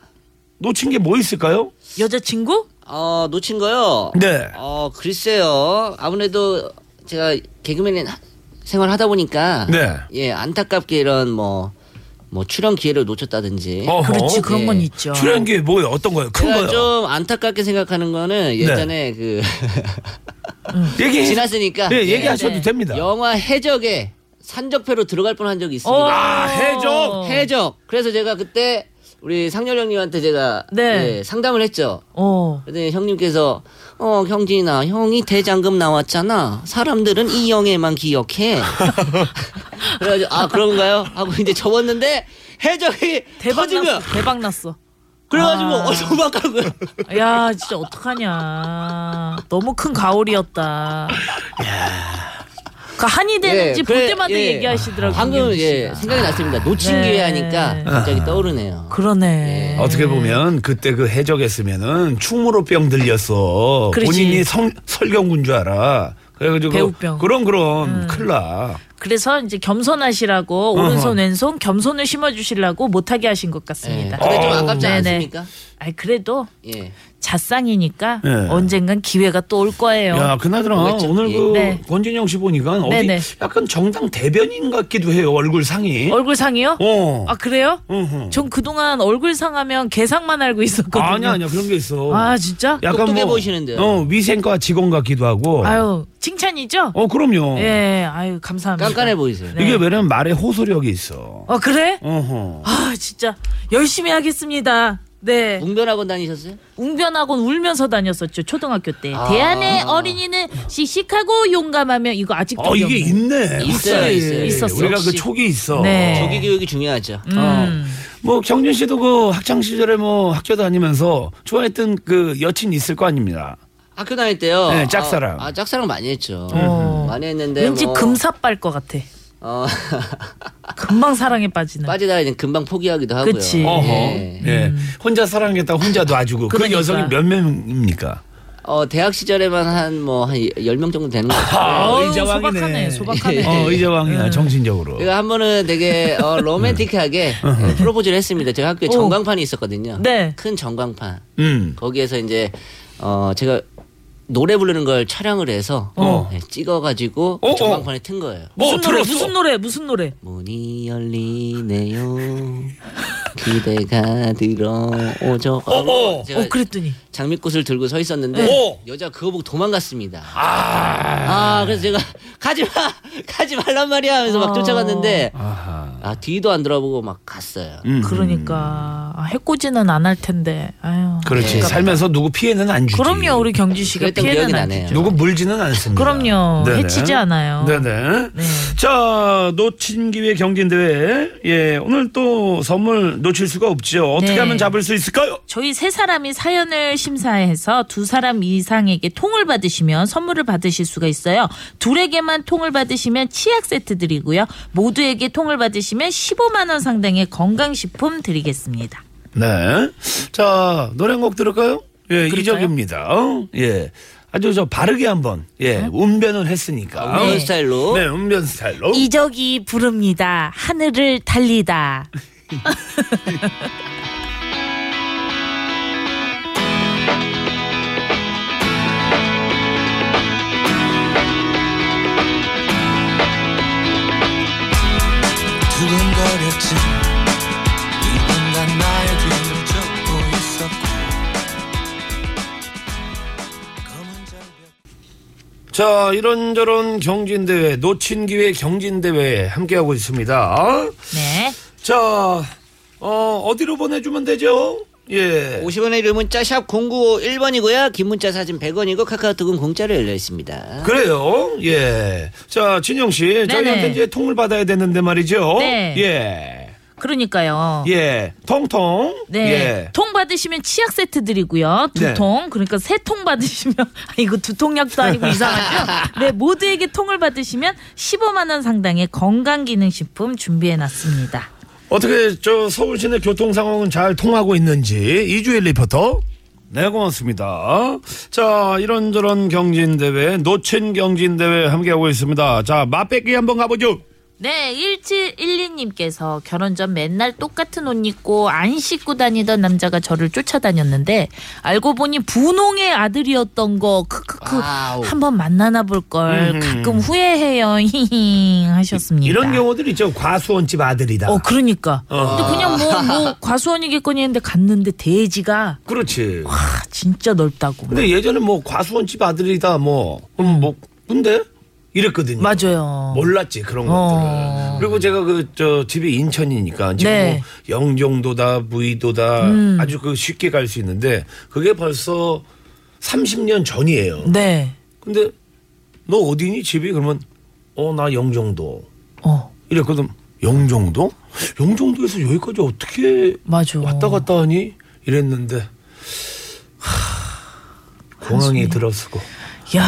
[SPEAKER 1] 놓친 게 뭐 있을까요?
[SPEAKER 2] 여자친구?
[SPEAKER 12] 어, 놓친 거요?
[SPEAKER 1] 네.
[SPEAKER 12] 어, 글쎄요. 아무래도 제가 개그맨 생활하다 보니까
[SPEAKER 1] 네.
[SPEAKER 12] 예, 안타깝게 이런 뭐, 뭐 출연 기회를 놓쳤다든지.
[SPEAKER 1] 어허.
[SPEAKER 12] 예.
[SPEAKER 1] 출연 기회 뭐예요? 어떤 거예요? 큰
[SPEAKER 12] 제가
[SPEAKER 1] 거요? 네.
[SPEAKER 12] 좀 안타깝게 생각하는 거는 예전에 그 (laughs)
[SPEAKER 1] 얘기
[SPEAKER 12] 지났으니까 예.
[SPEAKER 1] 네, 얘기하셔도 됩니다.
[SPEAKER 12] 영화 해적에 산적회로 들어갈 뻔한 적이 있습니다.
[SPEAKER 1] 아,
[SPEAKER 2] 어.
[SPEAKER 1] 해적!
[SPEAKER 12] 해적. 그래서 제가 그때 우리 상렬 형님한테 제가
[SPEAKER 2] 네.
[SPEAKER 12] 예, 상담을 했죠.
[SPEAKER 2] 어.
[SPEAKER 12] 근데 형님께서 어 형진아 형이 대장금 나왔잖아. 사람들은 이
[SPEAKER 2] (laughs)
[SPEAKER 12] 영예만 기억해. 그래가지고 아 그런가요? 하고 이제 접었는데 해적이
[SPEAKER 2] 대박
[SPEAKER 12] 터지면
[SPEAKER 2] 났어. 대박 났어.
[SPEAKER 12] 그래가지고
[SPEAKER 2] 아.
[SPEAKER 12] 어 도망가고요.
[SPEAKER 2] 야 진짜 어떡하냐 너무 큰 가오리였다 그 한이 되는지
[SPEAKER 12] 예,
[SPEAKER 2] 볼
[SPEAKER 12] 그래,
[SPEAKER 2] 때마다
[SPEAKER 12] 예.
[SPEAKER 2] 얘기하시더라고요
[SPEAKER 12] 방금
[SPEAKER 2] 김기훈
[SPEAKER 12] 예
[SPEAKER 2] 씨가.
[SPEAKER 12] 생각이 났습니다. 놓친
[SPEAKER 2] 네.
[SPEAKER 12] 기회 하니까 갑자기 떠오르네요.
[SPEAKER 2] 그러네
[SPEAKER 1] 어떻게 보면 그때 그 해적했으면은 충무로 병 들렸어.
[SPEAKER 2] 그렇지.
[SPEAKER 1] 본인이 성, 설경군 줄 알아. 그래가지고
[SPEAKER 2] 배우병. 음.
[SPEAKER 1] 그럼 그럼 큰일 나.
[SPEAKER 2] 그래서 이제 겸손하시라고
[SPEAKER 1] 어허.
[SPEAKER 2] 오른손 왼손 겸손을 심어주시라고 못하게 하신 것 같습니다
[SPEAKER 12] 예, 그래 좀
[SPEAKER 1] 어우.
[SPEAKER 12] 아깝지
[SPEAKER 2] 네네.
[SPEAKER 12] 않습니까?
[SPEAKER 2] 아이 그래도
[SPEAKER 12] 예.
[SPEAKER 2] 자쌍이니까
[SPEAKER 1] 예.
[SPEAKER 2] 언젠간 기회가 또 올 거예요
[SPEAKER 1] 야 그나저나
[SPEAKER 12] 뭐겠죠?
[SPEAKER 1] 오늘
[SPEAKER 12] 예.
[SPEAKER 1] 그
[SPEAKER 2] 네.
[SPEAKER 1] 권진영 씨 보니까 어디
[SPEAKER 2] 네네.
[SPEAKER 1] 약간 정당 대변인 같기도 해요 얼굴 상이.
[SPEAKER 2] 얼굴 상이요?
[SPEAKER 1] 어.
[SPEAKER 2] 아 그래요?
[SPEAKER 1] 어허.
[SPEAKER 2] 전 그동안 얼굴 상하면 개상만 알고 있었거든요
[SPEAKER 1] 아니야 아니야 그런 게 있어.
[SPEAKER 2] 아, 진짜?
[SPEAKER 12] 똑똑해 보이시는데요.
[SPEAKER 1] 어 위생과 직원 같기도 하고.
[SPEAKER 2] 아유 칭찬이죠?
[SPEAKER 1] 어 그럼요.
[SPEAKER 2] 예, 아유 감사합니다.
[SPEAKER 12] 깐깐해 보이세요.
[SPEAKER 2] 네.
[SPEAKER 1] 이게 왜냐면 말의 호소력이 있어.
[SPEAKER 2] 어 그래?
[SPEAKER 1] 어허.
[SPEAKER 2] 아 진짜 열심히 하겠습니다. 네.
[SPEAKER 12] 웅변학원 다니셨어요?
[SPEAKER 2] 웅변학원 울면서 다녔었죠 초등학교 때.
[SPEAKER 1] 아.
[SPEAKER 2] 대한의 어린이는 씩씩하고 용감하며 이거 아직도
[SPEAKER 1] 어 이게
[SPEAKER 2] 기억나요.
[SPEAKER 1] 있네.
[SPEAKER 12] 있어요,
[SPEAKER 1] 확실히.
[SPEAKER 12] 있어요.
[SPEAKER 2] 있었어,
[SPEAKER 1] 우리가 그
[SPEAKER 2] 역시.
[SPEAKER 1] 촉이 있어.
[SPEAKER 2] 네.
[SPEAKER 12] 조기 교육이 중요하죠.
[SPEAKER 2] 음.
[SPEAKER 1] 뭐 경준 씨도 그 학창 시절에 뭐 학교 다니면서 좋아했던 그 여친 있을 거 아닙니다.
[SPEAKER 12] 학교 다닐 그 때요.
[SPEAKER 1] 네, 짝사랑. 음.
[SPEAKER 12] 아, 아, 짝사랑 많이 했죠.
[SPEAKER 2] 어.
[SPEAKER 12] 많이 했는데
[SPEAKER 2] 왠지
[SPEAKER 12] 뭐,
[SPEAKER 2] 금사빨 것 같아.
[SPEAKER 12] 어, (laughs)
[SPEAKER 2] 금방 사랑에 빠지는.
[SPEAKER 12] 빠지다가 이제 금방 포기하기도 하고요.
[SPEAKER 2] 그치.
[SPEAKER 1] 어허.
[SPEAKER 12] 예.
[SPEAKER 1] 예. 혼자 사랑했다 혼자 놔주고 그
[SPEAKER 2] 그러니까.
[SPEAKER 1] 여성이 몇 명입니까?
[SPEAKER 12] 어, 대학 시절에만 한 뭐 한 10명 정도 되는
[SPEAKER 1] (laughs)
[SPEAKER 12] 것 같아요.
[SPEAKER 1] 아,
[SPEAKER 2] 어우,
[SPEAKER 1] 의자왕이네.
[SPEAKER 2] 소박하네, 소박하네.
[SPEAKER 1] 어, 의자왕이야 정신적으로.
[SPEAKER 12] 제가 한 번은 되게 어, 로맨틱하게
[SPEAKER 1] 음.
[SPEAKER 12] 예, 프로포즈를 했습니다. 제가 학교에
[SPEAKER 2] 오.
[SPEAKER 12] 전광판이 있었거든요.
[SPEAKER 1] 어,
[SPEAKER 2] 네.
[SPEAKER 12] 큰 전광판.
[SPEAKER 1] 음.
[SPEAKER 12] 거기에서 이제 어, 제가 노래 부르는 걸 촬영을 해서
[SPEAKER 1] 어.
[SPEAKER 12] 예, 찍어가지고
[SPEAKER 1] 어, 어.
[SPEAKER 12] 전광판에 튼 거예요.
[SPEAKER 1] 어
[SPEAKER 2] 무슨 노래?
[SPEAKER 1] 들었어.
[SPEAKER 2] 무슨 노래? 무슨 노래?
[SPEAKER 12] 문이 열리네요. 기대가 들어오죠.
[SPEAKER 1] 어, 어.
[SPEAKER 12] 제가
[SPEAKER 2] 어 그랬더니
[SPEAKER 12] 장미꽃을 들고 서 있었는데
[SPEAKER 1] 어.
[SPEAKER 12] 여자 그거 보고 도망갔습니다. 아, 그래서 제가 가지 마, 가지 말란 말이야 하면서 막
[SPEAKER 2] 아.
[SPEAKER 12] 쫓아갔는데
[SPEAKER 1] 아하.
[SPEAKER 12] 아 뒤도 안 돌아보고 막 갔어요.
[SPEAKER 1] 음.
[SPEAKER 2] 그러니까 아, 해코지는 안 할 텐데. 아유.
[SPEAKER 1] 그렇지.
[SPEAKER 12] 네.
[SPEAKER 1] 살면서 누구 피해는 안 주지.
[SPEAKER 2] 그럼요 우리 경지 씨가
[SPEAKER 12] 그랬던
[SPEAKER 2] 피해는
[SPEAKER 12] 기억이
[SPEAKER 2] 안
[SPEAKER 12] 나네요.
[SPEAKER 2] 되죠.
[SPEAKER 1] 누구 물지는 않습니다.
[SPEAKER 2] 그럼요. 해치지 않아요.
[SPEAKER 1] 네네.
[SPEAKER 2] 네.
[SPEAKER 1] 자, 놓친 기회 경진 대회. 예, 오늘 또 선물 놓칠 수가 없죠. 어떻게
[SPEAKER 2] 네.
[SPEAKER 1] 하면 잡을 수 있을까요?
[SPEAKER 2] 저희 세 사람이 사연을 심사해서 두 사람 이상에게 통을 받으시면 선물을 받으실 수가 있어요. 둘에게만 통을 받으시면 치약 세트 드리고요. 모두에게 통을 받으시면 15만 원 상당의 건강식품 드리겠습니다.
[SPEAKER 1] 네. 자, 노래 한 곡 들을까요? 예,
[SPEAKER 2] 그럴까요?
[SPEAKER 1] 이적입니다. 어? 예. 아주 저 바르게 한번 예,
[SPEAKER 2] 네.
[SPEAKER 1] 운변을 했으니까.
[SPEAKER 12] 그런 스타일로
[SPEAKER 1] 네, 운변 스타일로.
[SPEAKER 2] 아, 이적이 부릅니다. 하늘을 달리다.
[SPEAKER 13] 두근거렸지 누군가 나의 뒤를 쫓고 있었고 검은 절벽
[SPEAKER 1] 자, 이런저런 경진 대회, 놓친 기회 경진 대회 함께 하고 있습니다.
[SPEAKER 2] 네.
[SPEAKER 1] 자, 어, 어디로 보내주면 되죠? 예.
[SPEAKER 12] 50원의 유료 문자 샵 0951번이고요. 긴 문자 사진 100원이고 카카오톡은 공짜로 열려 있습니다.
[SPEAKER 1] 그래요.
[SPEAKER 2] 음.
[SPEAKER 1] 예. 자, 진영 씨. 저희한테 이제 통을 받아야 되는데 말이죠.
[SPEAKER 2] 네.
[SPEAKER 1] 예.
[SPEAKER 2] 그러니까요.
[SPEAKER 1] 예. 통통.
[SPEAKER 2] 네.
[SPEAKER 1] 예.
[SPEAKER 2] 통 받으시면 치약 세트 드리고요. 두
[SPEAKER 1] 네.
[SPEAKER 2] 통. 그러니까 세 통 받으시면 (laughs) 아, 이거
[SPEAKER 14] (laughs)
[SPEAKER 2] 두통약도 아니고 이상하죠. 네, 모두에게 통을 받으시면 15만 원 상당의 건강 기능 식품 준비해 놨습니다.
[SPEAKER 1] 어떻게 저 서울 시내 교통 상황은 잘 통하고 있는지 이주일 리포터. 네, 고맙습니다. 자, 이런저런 경진대회, 노친 경진대회 함께하고 있습니다. 자, 맛배기 한번 가보죠.
[SPEAKER 2] 네, 1712님께서 결혼 전 맨날 똑같은 옷 입고 안 씻고 다니던 남자가 저를 쫓아다녔는데 알고 보니 분홍의 아들이었던 거 크크크 한번 만나나 볼 걸
[SPEAKER 14] 음.
[SPEAKER 2] 가끔 후회해요 (laughs) 히히 하셨습니다.
[SPEAKER 14] 이런 경우들 있죠. 과수원집 아들이다.
[SPEAKER 2] 어 그러니까.
[SPEAKER 14] 어.
[SPEAKER 2] 근데 그냥 뭐 뭐 과수원이겠거니 했는데 갔는데 돼지가
[SPEAKER 1] 그렇지.
[SPEAKER 2] 아, 네. 진짜 넓다고.
[SPEAKER 1] 근데 예전에 뭐 과수원집 아들이다 뭐, 음, 뭐, 근데? 이랬거든요.
[SPEAKER 2] 맞아요.
[SPEAKER 1] 몰랐지, 그런 것들을. 그리고 제가 그, 저, 집이 인천이니까 지금
[SPEAKER 2] 어. 네.
[SPEAKER 1] 뭐 영종도다, 무의도다
[SPEAKER 2] 음.
[SPEAKER 1] 아주 그 쉽게 갈 수 있는데 그게 벌써 30년 전이에요.
[SPEAKER 2] 네.
[SPEAKER 1] 근데 너 어디니 집이? 그러면 어, 나 영종도.
[SPEAKER 2] 어.
[SPEAKER 1] 이랬거든. 영종도? 영종도에서 여기까지 어떻게
[SPEAKER 2] 맞아.
[SPEAKER 1] 왔다 갔다 하니? 이랬는데 하, 공항이 들어서고
[SPEAKER 2] 야.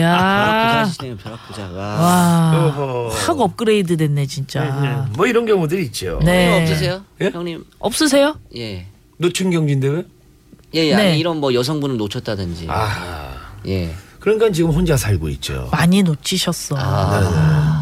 [SPEAKER 2] 야.
[SPEAKER 12] 벼락부자시네요, 벼락부자가.
[SPEAKER 2] 와.
[SPEAKER 1] 아. 어허.
[SPEAKER 2] 확 업그레이드 됐네 진짜.
[SPEAKER 1] 뭐 이런 경우들 있죠.
[SPEAKER 2] 네.
[SPEAKER 12] 어, 없으세요?
[SPEAKER 1] 예?
[SPEAKER 12] 형님.
[SPEAKER 2] 없으세요?
[SPEAKER 12] 예.
[SPEAKER 1] 노춘 경진대 왜?
[SPEAKER 12] 예, 예.
[SPEAKER 2] 네.
[SPEAKER 12] 아니, 이런 뭐 여성분을 놓쳤다든지.
[SPEAKER 1] 아.
[SPEAKER 12] 예.
[SPEAKER 1] 그러니까 지금 혼자 살고 있죠.
[SPEAKER 2] 많이 놓치셨어.
[SPEAKER 1] 네, 네.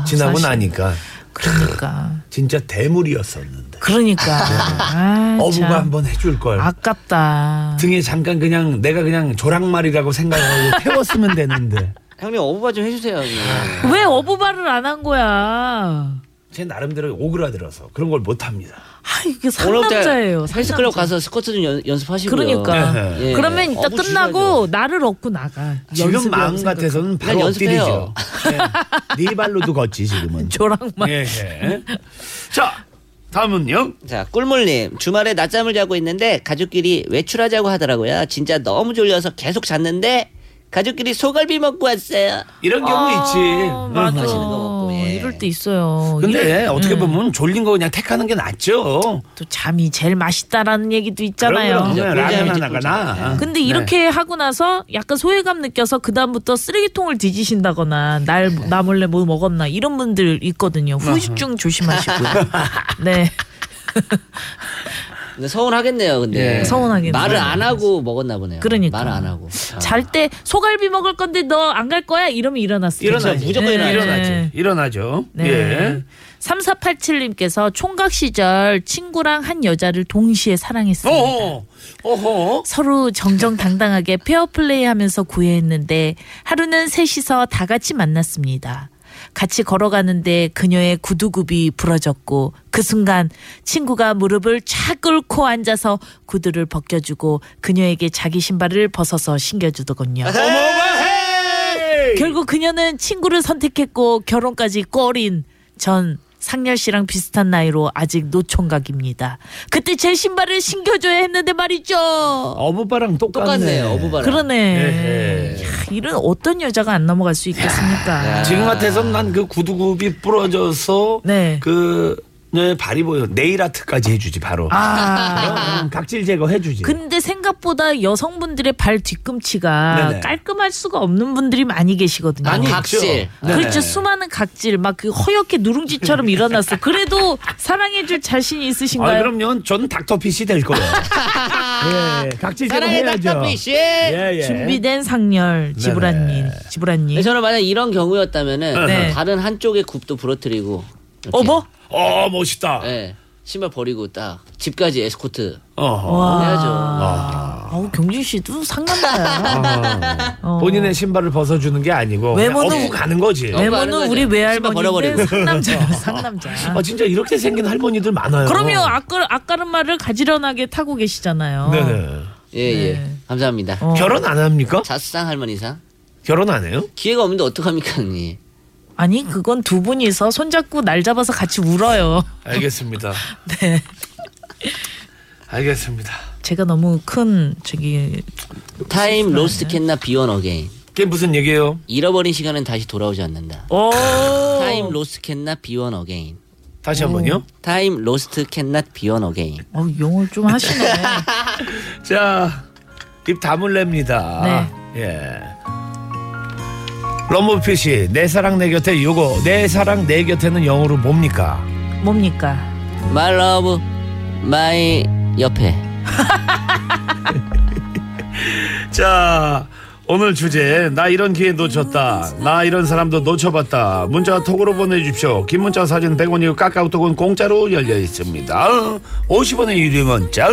[SPEAKER 1] 지나고
[SPEAKER 2] 아, 사실.
[SPEAKER 1] 나니까 (laughs)
[SPEAKER 2] 그러니까.
[SPEAKER 1] 진짜 대물이었었는데
[SPEAKER 2] 그러니까. 아, 참.
[SPEAKER 1] 네. 어부가 한번 해줄 걸.
[SPEAKER 2] 아. 아깝다.
[SPEAKER 1] 등에 잠깐 그냥 내가 그냥 조랑말이라고
[SPEAKER 2] (laughs)
[SPEAKER 1] 생각하고 태웠으면 되는데
[SPEAKER 12] 형님 어부바 좀 해주세요. 형님.
[SPEAKER 2] 왜 어부발을 안 한 아, 거야?
[SPEAKER 1] 제 나름대로 오그라들어서 그런 걸 못합니다.
[SPEAKER 2] 아 이게
[SPEAKER 12] 오늘부터
[SPEAKER 2] 상남자예요.
[SPEAKER 12] 헬스클럽
[SPEAKER 2] 상남자.
[SPEAKER 12] 가서 스쿼트 좀 연, 연습하시고요.
[SPEAKER 1] 네.
[SPEAKER 2] 그러니까.
[SPEAKER 12] 예.
[SPEAKER 2] 그러면 이따
[SPEAKER 12] 어부
[SPEAKER 2] 끝나고 나를 얻고 나가. (laughs)
[SPEAKER 1] 지금
[SPEAKER 2] 연습이라고
[SPEAKER 1] 마음
[SPEAKER 2] 생각하고.
[SPEAKER 1] 같아서는
[SPEAKER 12] 그냥
[SPEAKER 1] 바로
[SPEAKER 12] 연습해요.
[SPEAKER 1] 엎드리죠. 네. 네 발로도 걷지 지금은.
[SPEAKER 2] (laughs) 조랑말.
[SPEAKER 1] 예, 예. 자 다음은요.
[SPEAKER 12] 자, 꿀물님. 주말에 낮잠을 자고 있는데 가족끼리 외출하자고 하더라고요. 진짜 너무 졸려서 계속 잤는데 가족끼리 소갈비 먹고 왔어요.
[SPEAKER 1] 이런 경우
[SPEAKER 2] 아,
[SPEAKER 1] 있지. 예, 뭐.
[SPEAKER 2] 맞아. 어,
[SPEAKER 12] 맛있는 거 먹고, 예.
[SPEAKER 2] 이럴 때 있어요.
[SPEAKER 1] 근데
[SPEAKER 2] 이럴-
[SPEAKER 1] 어떻게
[SPEAKER 2] 음.
[SPEAKER 1] 보면 졸린 거 그냥 택하는 게 낫죠.
[SPEAKER 2] 또 잠이 제일 맛있다라는 얘기도 있잖아요.
[SPEAKER 1] 그럼, 그럼,
[SPEAKER 12] 이제
[SPEAKER 1] 라면
[SPEAKER 12] 꿀잠이지,
[SPEAKER 1] 하나가
[SPEAKER 12] 꿀잠.
[SPEAKER 1] 나.
[SPEAKER 2] 근데 이렇게 하고 나서 약간 소외감 느껴서 그 다음부터 쓰레기통을 뒤지신다거나 날
[SPEAKER 12] 네.
[SPEAKER 2] 나 몰래 뭐 먹었나 이런 분들 있거든요. 후유증 조심하시고요.
[SPEAKER 12] (laughs)
[SPEAKER 2] 네,
[SPEAKER 12] 근데 서운하겠네요. 근데
[SPEAKER 2] 예. 서운하겠네요.
[SPEAKER 12] 말을 안 하고 먹었나 보네요.
[SPEAKER 2] 그러니까.
[SPEAKER 12] 말을 안 하고. 아.
[SPEAKER 2] 잘 때 소갈비 먹을 건데 너 안 갈 거야 이러면 네. 일어났어요.
[SPEAKER 1] 일어나지.
[SPEAKER 12] 무조건 일어나지.
[SPEAKER 1] 일어나지. 일어나죠.
[SPEAKER 2] 네.
[SPEAKER 1] 예.
[SPEAKER 2] 3487님께서 총각 시절 친구랑 한 여자를 동시에 사랑했습니다.
[SPEAKER 1] 어허. 어허.
[SPEAKER 2] 서로 정정당당하게 페어플레이 하면서 구애했는데 하루는 셋이서 다 같이 만났습니다. 같이 걸어가는데 그녀의 구두굽이 부러졌고 그 순간 친구가 무릎을 착 꿇고 앉아서 구두를 벗겨주고 그녀에게 자기 신발을 벗어서
[SPEAKER 1] (laughs)
[SPEAKER 2] 신겨주더군요. 결국 그녀는 친구를 선택했고 결혼까지 꺼린 전 상렬 씨랑 비슷한 나이로 아직 노총각입니다. 그때 제 신발을 신겨줘야 했는데 말이죠.
[SPEAKER 1] 어부바랑 똑같네.
[SPEAKER 12] 똑같네요. 어부바랑.
[SPEAKER 2] 그러네.
[SPEAKER 1] 예, 예.
[SPEAKER 2] 야, 이런 어떤 여자가 안 넘어갈 수 있겠습니까?
[SPEAKER 1] 지금 같아선 난 그 구두굽이 부러져서
[SPEAKER 2] 네.
[SPEAKER 1] 그 네, 발이 보여. 네일 아트까지 해주지 바로.
[SPEAKER 2] 아. 그
[SPEAKER 1] 음, 각질 제거 해주지. 아,
[SPEAKER 2] 근데 생각보다 여성분들의 발 뒤꿈치가
[SPEAKER 1] 네네.
[SPEAKER 2] 깔끔할 수가 없는 분들이 많이 계시거든요.
[SPEAKER 12] 많이 아, 각질.
[SPEAKER 1] 네.
[SPEAKER 2] 그렇죠. 수많은 각질 막 그 허옇게 누룽지처럼 일어났어. 그래도 사랑해줄 자신이
[SPEAKER 1] 아,
[SPEAKER 2] 있으신가요?
[SPEAKER 1] 그럼요. 전 닥터피시 될
[SPEAKER 2] (laughs)
[SPEAKER 1] 거예요. 예, 각질 제거
[SPEAKER 12] 사랑해
[SPEAKER 1] 해야죠.
[SPEAKER 12] 닥터피쉬.
[SPEAKER 1] 예, 예.
[SPEAKER 2] 준비된 상렬 지브란님 지브란님.
[SPEAKER 12] 예, 네, 저는 만약 이런 경우였다면은
[SPEAKER 2] 네.
[SPEAKER 12] 다른 한쪽의 굽도 부러뜨리고. 이렇게.
[SPEAKER 2] 어머 뭐?
[SPEAKER 1] 어, 멋있다.
[SPEAKER 12] 예. 신발 버리고 딱 집까지 에스코트
[SPEAKER 1] 어허.
[SPEAKER 2] 와.
[SPEAKER 12] 해야죠.
[SPEAKER 2] 아우 경진 씨도 상남자야.
[SPEAKER 1] 아.
[SPEAKER 2] 어.
[SPEAKER 1] 본인의 신발을 벗어주는 게 아니고 그냥
[SPEAKER 2] 외모는- 네.
[SPEAKER 1] 업고 가는 거지.
[SPEAKER 12] 어.
[SPEAKER 2] 외모는 우리
[SPEAKER 12] 신발
[SPEAKER 2] 외할머니인데
[SPEAKER 1] (laughs)
[SPEAKER 12] 버려버리고.
[SPEAKER 2] 상남자야. 상남자.
[SPEAKER 1] 아 진짜 이렇게 생긴 할머니들 많아요. 어.
[SPEAKER 2] 그럼요. 아까 아까른말을 가지런하게 타고 계시잖아요.
[SPEAKER 1] 네네.
[SPEAKER 12] 예, 예.
[SPEAKER 2] 네.
[SPEAKER 12] 감사합니다.
[SPEAKER 2] 어.
[SPEAKER 1] 결혼 안 합니까?
[SPEAKER 12] 자수상 할머니상.
[SPEAKER 1] 결혼 안 해요?
[SPEAKER 12] 기회가 없는데 어떡합니까, 언니?
[SPEAKER 2] 아니 그건 두 분이서 손잡고 날 잡아서 같이 울어요.
[SPEAKER 1] 알겠습니다.
[SPEAKER 2] (laughs) 네.
[SPEAKER 1] 알겠습니다.
[SPEAKER 2] 제가 너무 큰 저기
[SPEAKER 12] 타임 로스트 캔나 비원 어게인.
[SPEAKER 1] 그게 무슨 얘기예요?
[SPEAKER 12] 잃어버린 시간은 다시 돌아오지 않는다.
[SPEAKER 2] 오
[SPEAKER 12] 타임 로스트 캔나 비원 어게인.
[SPEAKER 1] 다시 한 번요.
[SPEAKER 12] 타임 로스트 캔나 비원 어게인.
[SPEAKER 2] 어, 영어를 좀 하시네.
[SPEAKER 1] (laughs) 자, 입 다물랩니다.
[SPEAKER 2] 네.
[SPEAKER 1] 예. 럼버피시 내 사랑 내 곁에 요거 내 사랑 내 곁에는 영어로 뭡니까?
[SPEAKER 2] 뭡니까?
[SPEAKER 12] My love, my 옆에.
[SPEAKER 1] 자 오늘 주제 나 이런 기회 놓쳤다 나 이런 사람도 놓쳐봤다 문자 톡으로 보내주십시오 긴 문자 사진 100원이고 카카오톡은 공짜로 열려 있습니다 50원의 유료 문자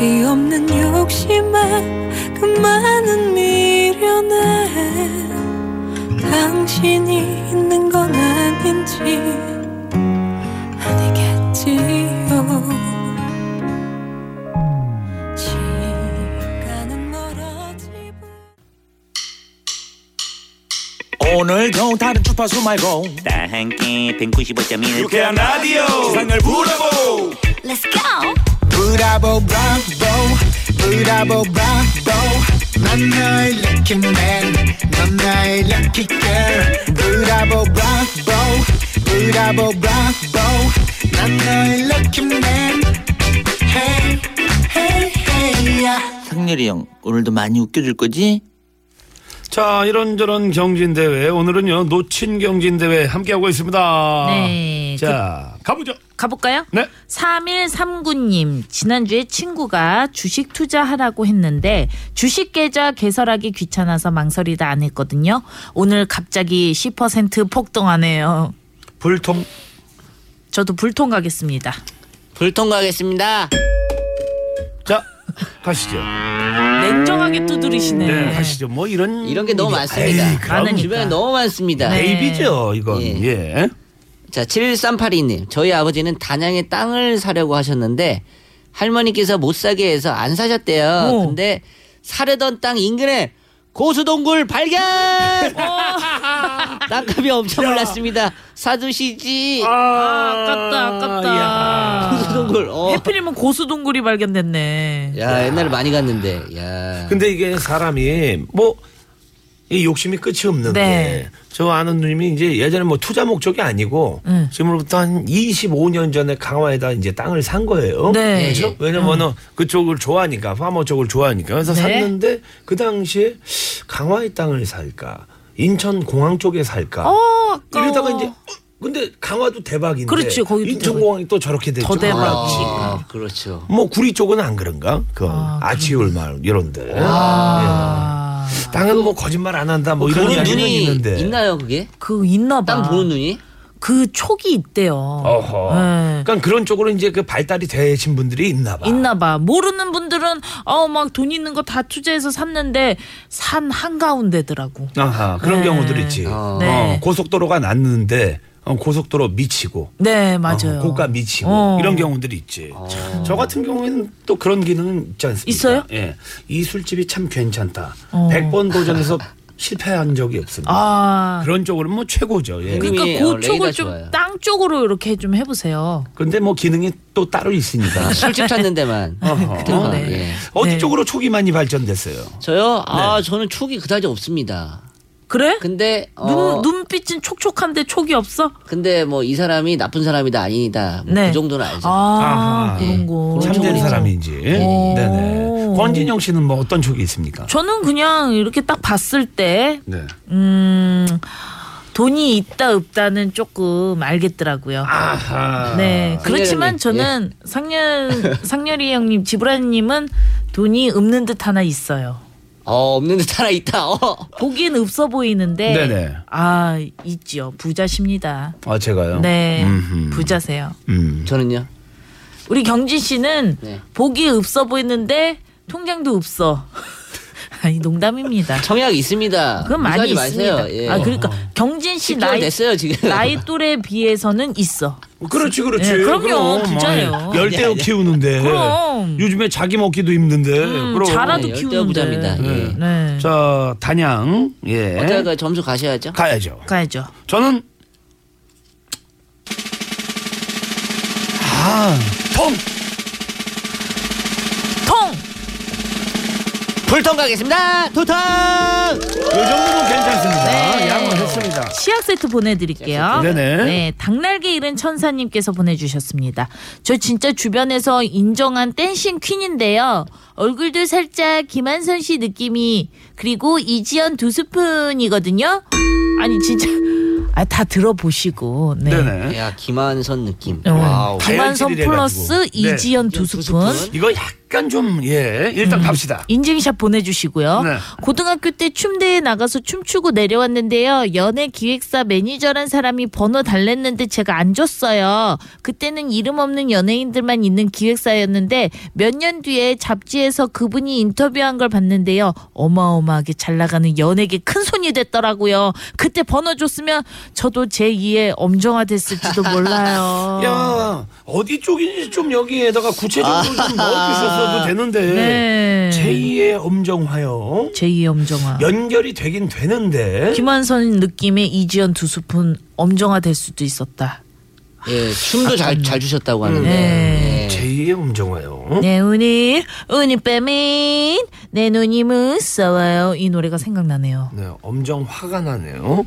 [SPEAKER 4] 이 없는 욕심에 그 많은 미련에 당신이 있는 건 아닌지 아니겠지요
[SPEAKER 7] 오늘도 다른 주파수 말고 다 함께 195.1
[SPEAKER 8] 유쾌한 라디오. 세상을
[SPEAKER 7] 부르고
[SPEAKER 4] Let's go
[SPEAKER 10] 브라보 브라보 브라보 브라보 난 너의 lucky man 넌 나의 lucky girl 브라보 브라보 브라보 브라보 난 너의 lucky man Hey hey hey yeah
[SPEAKER 12] 상렬이 형 오늘도 많이 웃겨줄 거지?
[SPEAKER 1] 자 이런저런 경진대회 오늘은요 놓친 경진대회 함께하고 있습니다
[SPEAKER 2] 네,
[SPEAKER 1] 어.
[SPEAKER 2] 그,
[SPEAKER 1] 자 가보죠
[SPEAKER 2] 가볼까요?
[SPEAKER 1] 네.
[SPEAKER 2] 3139님, 지난주에 친구가 주식 투자하라고 했는데 주식 계좌 개설하기 귀찮아서 망설이다 안 했거든요. 오늘 갑자기 10% 폭등하네요.
[SPEAKER 1] 불통.
[SPEAKER 2] 저도 불통 가겠습니다.
[SPEAKER 12] 불통 가겠습니다.
[SPEAKER 1] 자 가시죠
[SPEAKER 2] 냉정하게 두드리시네.
[SPEAKER 1] 네 가시죠 뭐 이런
[SPEAKER 12] 이런 게 너무
[SPEAKER 1] 일이-
[SPEAKER 12] 많습니다.
[SPEAKER 1] 에이, 그럼
[SPEAKER 12] 많으니까. 주변에 너무 많습니다.
[SPEAKER 1] 네. 베이비죠, 이건. 예.
[SPEAKER 12] 자, 7382님. 저희 아버지는 단양에 땅을 사려고 하셨는데 할머니께서 못 사게 해서 안 사셨대요. 근데 사려던 땅 인근에 고수동굴 발견! (laughs) 땅값이 엄청 올랐습니다. 사두시지.
[SPEAKER 2] 아, 깝다 아깝다.
[SPEAKER 12] 고수동굴. 어.
[SPEAKER 2] 해필이면 고수동굴이 발견됐네.
[SPEAKER 12] 야, 옛날에 많이 갔는데. 야.
[SPEAKER 1] 근데 이게 사람이 뭐 이 욕심이 끝이 없는데
[SPEAKER 2] 네.
[SPEAKER 1] 저 아는 누님이 이제 예전에 뭐 투자 목적이 아니고
[SPEAKER 2] 응.
[SPEAKER 1] 지금으로부터 한 25년 전에 강화에다 이제 땅을 산 거예요.
[SPEAKER 2] 네.
[SPEAKER 1] 그렇죠? 왜냐면은 그쪽을 좋아하니까 파머 쪽을 좋아하니까 그래서
[SPEAKER 2] 네.
[SPEAKER 1] 샀는데 그 당시에 강화의 땅을 살까 인천 공항 쪽에 살까
[SPEAKER 2] 어, 아까워.
[SPEAKER 1] 이러다가 이제 어, 근데 강화도 대박인데
[SPEAKER 2] 그렇지, 거기도
[SPEAKER 1] 인천 공항이 또 저렇게 됐죠.
[SPEAKER 2] 더 대박이지.
[SPEAKER 12] 아, 그렇죠.
[SPEAKER 1] 뭐 구리 쪽은 안 그런가? 그 아, 치울마을 이런데.
[SPEAKER 2] 아.
[SPEAKER 1] 예. 땅은 뭐 거짓말 안 한다 뭐 이런
[SPEAKER 12] 그런
[SPEAKER 1] 이야기는
[SPEAKER 12] 눈이
[SPEAKER 1] 있는데. 아.
[SPEAKER 12] 있나요, 그게?
[SPEAKER 2] 그 있나 봐.
[SPEAKER 12] 땅 보는 눈이?
[SPEAKER 2] 그 촉이 있대요.
[SPEAKER 1] 어허. 그러니까 그런 쪽으로 이제 그 발달이 되신 분들이 있나 봐.
[SPEAKER 2] 네. 있나 봐. 모르는 분들은 어 막 돈 있는 거 다 투자해서 샀는데 산 한가운데더라고.
[SPEAKER 1] 아하 그런
[SPEAKER 2] 네.
[SPEAKER 1] 경우들 있지. 어,
[SPEAKER 2] 네.
[SPEAKER 1] 고속도로가 났는데 어, 고속도로 미치고.
[SPEAKER 2] 네, 맞아요.
[SPEAKER 1] 어, 고가 미치고
[SPEAKER 2] 어.
[SPEAKER 1] 이런 경우들이 있지. 저 같은 경우에는 또 그런 기능은 있지 않습니까?
[SPEAKER 2] 있어요?
[SPEAKER 1] 예. 이 술집이 참 괜찮다.
[SPEAKER 2] 어.
[SPEAKER 1] 100번 도전해서 실패한 적이 없습니다.
[SPEAKER 2] 아.
[SPEAKER 1] 그런 쪽으로 뭐 최고죠. 예.
[SPEAKER 2] 그러니까
[SPEAKER 12] 어,
[SPEAKER 2] 그
[SPEAKER 12] 레이가
[SPEAKER 2] 쪽을
[SPEAKER 12] 좋아요.
[SPEAKER 2] 좀 땅 쪽으로 이렇게 좀 해보세요.
[SPEAKER 1] 근데 뭐 기능이 또 따로
[SPEAKER 2] (laughs)
[SPEAKER 1] 있으니까.
[SPEAKER 2] 네,
[SPEAKER 12] 술집 찾는데만.
[SPEAKER 1] (laughs) 어허.
[SPEAKER 2] 그렇죠.
[SPEAKER 12] 그때만,
[SPEAKER 1] 네.
[SPEAKER 12] 예.
[SPEAKER 1] 어디 쪽으로 촉이 많이 발전됐어요?
[SPEAKER 12] 저요?
[SPEAKER 1] 네.
[SPEAKER 12] 아, 저는 촉이 그다지 없습니다.
[SPEAKER 2] 그래?
[SPEAKER 12] 근데 어,
[SPEAKER 2] 눈 눈빛은 촉촉한데 촉이 없어?
[SPEAKER 12] 근데 뭐 이 사람이 나쁜 사람이다 아니다 뭐그 정도는 알죠.
[SPEAKER 2] 네.
[SPEAKER 12] 예,
[SPEAKER 2] 아, 그런 거.
[SPEAKER 1] 참된 사람인지. 네네. 권진영 씨는 뭐 어떤 촉이 있습니까?
[SPEAKER 2] 저는 그냥 이렇게 딱 봤을 때
[SPEAKER 1] 네.
[SPEAKER 2] 음, 돈이 있다 없다는 조금 알겠더라고요.
[SPEAKER 1] 아하.
[SPEAKER 2] 네. 그렇지만
[SPEAKER 12] 상렬이님, 예.
[SPEAKER 2] 저는
[SPEAKER 12] (laughs)
[SPEAKER 2] 상렬 상렬이 형님, 지브라님은 돈이 없는 듯 하나 있어요.
[SPEAKER 12] 어 없는 듯 하나 있다. 어.
[SPEAKER 2] 보기엔 없어 보이는데
[SPEAKER 1] 네네.
[SPEAKER 2] 아 있지요 부자십니다.
[SPEAKER 1] 아
[SPEAKER 12] 어.
[SPEAKER 1] 제가요.
[SPEAKER 2] 네
[SPEAKER 1] 음흠.
[SPEAKER 2] 부자세요.
[SPEAKER 1] 음.
[SPEAKER 12] 저는요.
[SPEAKER 2] 우리 경진 씨는
[SPEAKER 12] 네.
[SPEAKER 2] 보기 없어 보이는데 통장도 없어. (laughs) 아니 농담입니다.
[SPEAKER 12] 청약 있습니다.
[SPEAKER 2] 그건 많이
[SPEAKER 12] 무시하지
[SPEAKER 2] 있습니다.
[SPEAKER 12] 마세요. 예.
[SPEAKER 2] 아 그러니까 경진 씨
[SPEAKER 12] 10개월
[SPEAKER 2] 나이
[SPEAKER 12] 됐어요 지금.
[SPEAKER 2] 나이 또래 비해서는 있어.
[SPEAKER 1] 뭐 그렇지, 그렇지.
[SPEAKER 2] 예, 그럼요.
[SPEAKER 1] 그럼. 네,
[SPEAKER 2] 부자예요.
[SPEAKER 1] 아니, 뭐 열대어 키우는데.
[SPEAKER 2] 그럼. 음,
[SPEAKER 1] 요즘에 자기 먹기도 힘든데. 그럼.
[SPEAKER 2] 잘라도
[SPEAKER 12] (laughs) 네,
[SPEAKER 2] 키우는데.
[SPEAKER 12] 열대어 부자입니다. 예.
[SPEAKER 2] 네.
[SPEAKER 1] 자, 단양. 예.
[SPEAKER 12] 어쩌다가 점수 가셔야죠.
[SPEAKER 1] 가야죠.
[SPEAKER 2] 가야죠.
[SPEAKER 1] 저는 아, 통
[SPEAKER 2] 통.
[SPEAKER 12] 불통 가겠습니다. 도통.
[SPEAKER 1] 요 정도면 괜찮습니다.
[SPEAKER 2] 네.
[SPEAKER 1] 양을 했습니다.
[SPEAKER 2] 치약 세트 보내드릴게요.
[SPEAKER 1] 치약 세트. 네네.
[SPEAKER 2] 네, 닭날개 잃은 천사님께서 보내주셨습니다. 저 진짜 주변에서 인정한 댄싱 퀸인데요. 얼굴도 살짝 김한선 씨 느낌이 그리고 이지연 두 스푼이거든요. 아니 진짜 아, 다 들어보시고. 네.
[SPEAKER 12] 야 김한선 느낌.
[SPEAKER 2] 어,
[SPEAKER 12] 와우.
[SPEAKER 2] 김한선
[SPEAKER 1] 네.
[SPEAKER 2] 플러스 이지연 두 스푼.
[SPEAKER 1] 이거 약간 좀, 예, 일단 갑시다.
[SPEAKER 2] 인증샷 보내주시고요. 고등학교 때 춤대회 나가서 춤추고 내려왔는데요. 연예 기획사 매니저란 사람이 번호 달랬는데 제가 안 줬어요. 그때는 이름 없는 연예인들만 있는 기획사였는데 몇 년 뒤에 잡지에서 그분이 인터뷰한 걸 봤는데요. 어마어마하게 잘 나가는 연예계 큰 손이 됐더라고요. 그때 번호 줬으면 저도 제2의 엄정화 됐을지도 몰라요.
[SPEAKER 1] (laughs) 야, 어디 쪽인지 좀 여기에다가 구체적으로 좀
[SPEAKER 2] (laughs)
[SPEAKER 1] 넣어주셨어도 되는데.
[SPEAKER 2] 네.
[SPEAKER 1] 제2의 엄정화요.
[SPEAKER 2] 제2의 엄정화.
[SPEAKER 1] 연결이 되긴 되는데.
[SPEAKER 2] 김한선 느낌의 이지연 두 스푼 엄정화 될 수도 있었다.
[SPEAKER 12] 예 춤도 잘 잘 주셨다고 하는데.
[SPEAKER 2] 아, 음. 네.
[SPEAKER 12] 예.
[SPEAKER 1] 제2의 엄정화요.
[SPEAKER 2] 내 운이 운이 빼면 내 눈이 무서워요. 이 노래가 생각나네요.
[SPEAKER 1] 네, 엄정 화가 나네요.